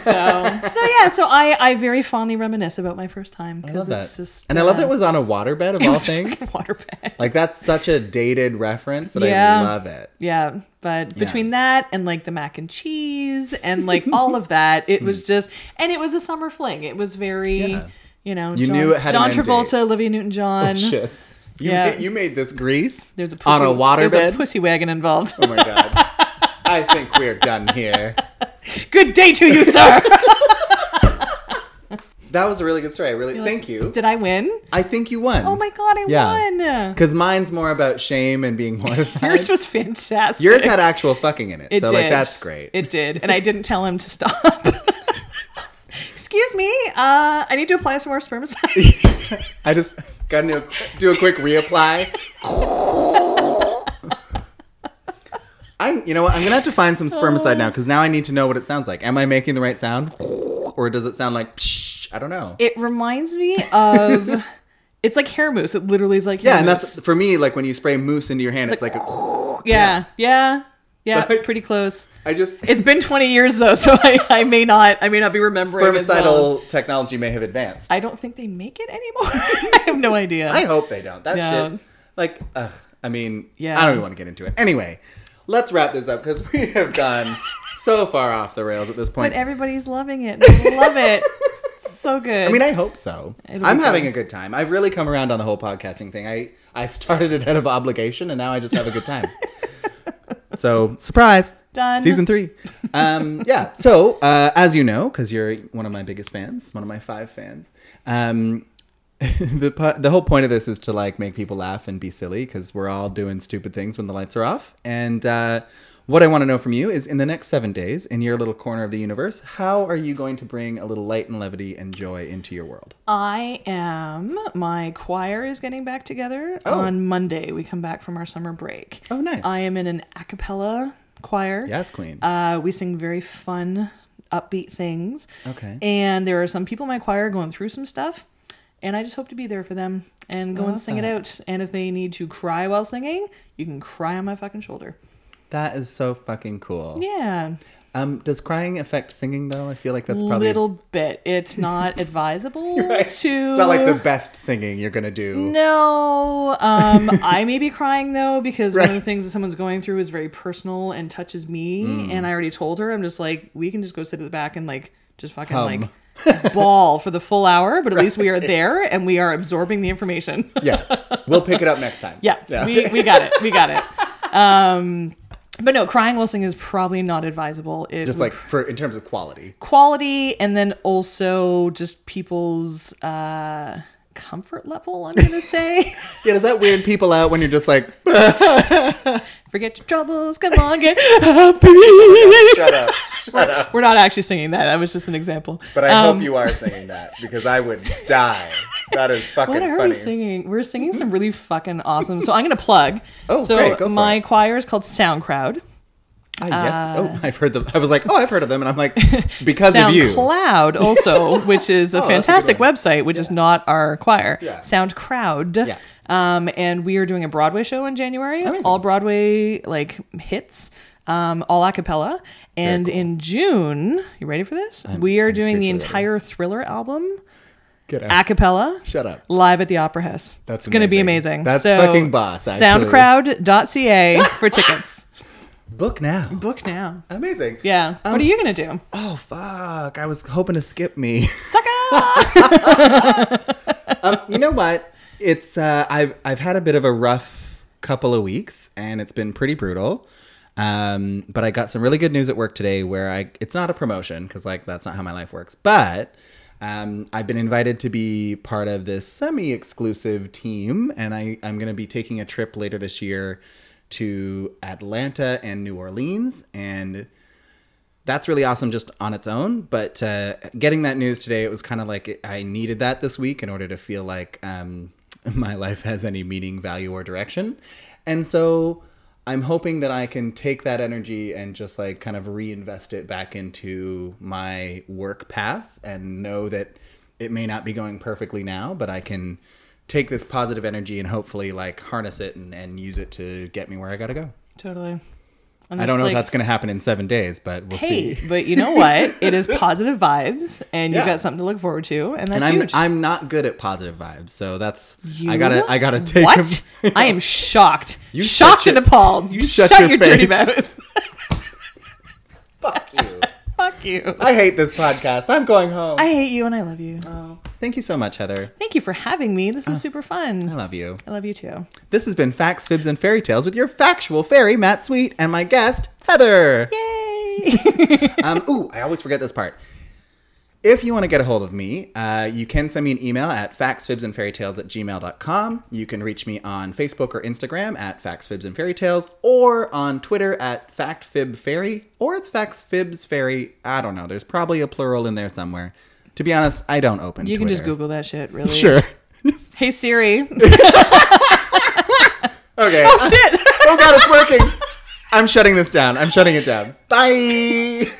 so yeah. So I, I very fondly reminisce about my first time I love because that. it's just, and I love that it uh, was on a waterbed of it all was fucking things. waterbed. Like that's such a dated reference that Yeah. I love it. Yeah, but between that and like the mac and cheese and like all of that, it was just and it was a summer fling. It was very, Hmm. Yeah. you know, You John, knew it had John an end Travolta, date. Oh, Olivia Newton John. Shit. You, Yeah. made, you made this grease There's a pussy, on a There's a waterbed. pussy wagon involved. oh my god. I think we're done here. Good day to you, sir. That was a really good story. I Really, thank you. Did I win? I think you won. Oh my god, I Yeah. won. Because mine's more about shame and being mortified. Yours was fantastic. Yours had actual fucking in it. It so did. like that's great. It did, and I didn't tell him to stop. Excuse me. Uh, I need to apply some more spermicide. I just got to do a quick reapply. I'm, you know what? I'm gonna have to find some Oh. spermicide now because now I need to know what it sounds like. Am I making the right sound, or does it sound like? Psh, I don't know. It reminds me of. It's like hair mousse. It literally is like hair yeah, and mousse. that's for me. Like when you spray mousse into your hand, it's, like, like, a, yeah, yeah, yeah. Like- pretty close. I just It's been 20 years though, so I, I may not I may not be remembering. spermicidal As well as- technology may have advanced. I don't think they make it anymore. I have no idea. I hope they don't. That Yeah. shit. Like, ugh, I mean, Yeah. I don't even want to get into it. Anyway, let's wrap this up because we have gone so far off the rails at this but point. everybody's loving it. I love it. It's so good. I mean, I hope so. It'll I'm be having fun. a good time. I've really come around on the whole podcasting thing. I, I started it out of obligation, and now I just have a good time. so, surprise. Done. Season three. Um, yeah. So, uh, as you know, because you're one of my biggest fans, one of my five fans, um, the, po- the whole point of this is to like make people laugh and be silly because we're all doing stupid things when the lights are off. And uh, what I want to know from you is in the next seven days, in your little corner of the universe, how are you going to bring a little light and levity and joy into your world? I am. My choir is getting back together Oh. on Monday. We come back from our summer break. Oh, nice. I am in an a cappella choir. Yes, Queen. Uh, we sing very fun, upbeat things. Okay. And there are some people in my choir going through some stuff. And I just hope to be there for them and go and love sing it that. out. And if they need to cry while singing, you can cry on my fucking shoulder. that is so fucking cool. Yeah, Um, does crying affect singing though? I feel like that's probably little bit. It's not advisable to. It's not like the best singing you're gonna do. No, um, I may be crying though because one of the Right. things that someone's going through is very personal and touches me. Hmm. And I already told her, I'm just like, we can just go sit at the back and like just fucking Hum. like ball for the full hour. But at least we are there and we are absorbing the information. Yeah, we'll pick it up next time. yeah, we we got it, we got it. Um, but no, crying while singing is probably not advisable. It just would like for in terms of quality. quality and then also just people's uh, comfort level. I'm gonna say. Yeah, does that weird people out when you're just like Forget your troubles, come on, get happy. shut up? We're not actually singing that. That was just an example. But I hope you are singing that because I would die. That is fucking What are funny. Mm-hmm. we singing? We're singing some really fucking awesome. So I'm gonna plug. Oh, so great, go for my it. choir is called SoundCloud. Ah, yes. Oh, I've heard them. I was like, oh, I've heard of them, and I'm like, because of you. Oh, SoundCloud also, which is a that's a good fantastic one. website, which is not our choir. Yeah. SoundCrowd. Yeah. Um, and we are doing a Broadway show in January. Amazing. All Broadway like hits. Um, all a cappella. And cool. in June, you ready for this? we are I'm doing the spiritually ready. entire thriller album Get out. a cappella. Shut up. Live at the Opera House. That's it's going to be amazing. amazing. That's so, fucking boss, actually. Soundcrowd.ca for tickets. Book now. Book now. Amazing. Yeah. Um, what are you going to do? Oh fuck! I was hoping to skip me. Sucker! um, you know what? It's uh, I've I've had a bit of a rough couple of weeks, and it's been pretty brutal. Um, but I got some really good news at work today, where I it's not a promotion because like that's not how my life works, but. Um, I've been invited to be part of this semi-exclusive team, and I, I'm going to be taking a trip later this year to Atlanta and New Orleans, and that's really awesome just on its own. But uh, getting that news today, it was kind of like I needed that this week in order to feel like um, my life has any meaning, value, or direction. And so I'm hoping that I can take that energy and just like kind of reinvest it back into my work path and know that it may not be going perfectly now, but I can take this positive energy and hopefully like harness it and, and use it to get me where I gotta go. Totally. I don't know if that's going to happen in seven days, but we'll Hey, see. but you know what? It is positive vibes, and you've Yeah. got something to look forward to, and that's And I'm huge. I'm not good at positive vibes, so that's I You- gotta I gotta take What? I am shocked. You shocked shut and your- appalled. You shut shut, your your, dirty face. mouth. Fuck you! Fuck you. I hate this podcast. I'm going home. I hate you and I love you. Thank you so much, Heather. Thank you for having me. This was super I fun. love you. I love you too. This has been Facts, Fibs, and Fairy Tales with your factual fairy Matt Sweet and my guest Heather. Yay! um, ooh, I always forget this part. If you want to get a hold of me, uh, you can send me an email at factsfibsandfairytales at gmail.com. You can reach me on Facebook or Instagram at factsfibsandfairytales or on Twitter at factfibfairy or it's factsfibsfairy. I don't know. There's probably a plural in there somewhere. To be honest, I don't open you can just Twitter. Google that shit, really. Sure. Hey Siri. Okay. Shit. oh, God, it's working. I'm shutting this down. I'm shutting it down. Bye.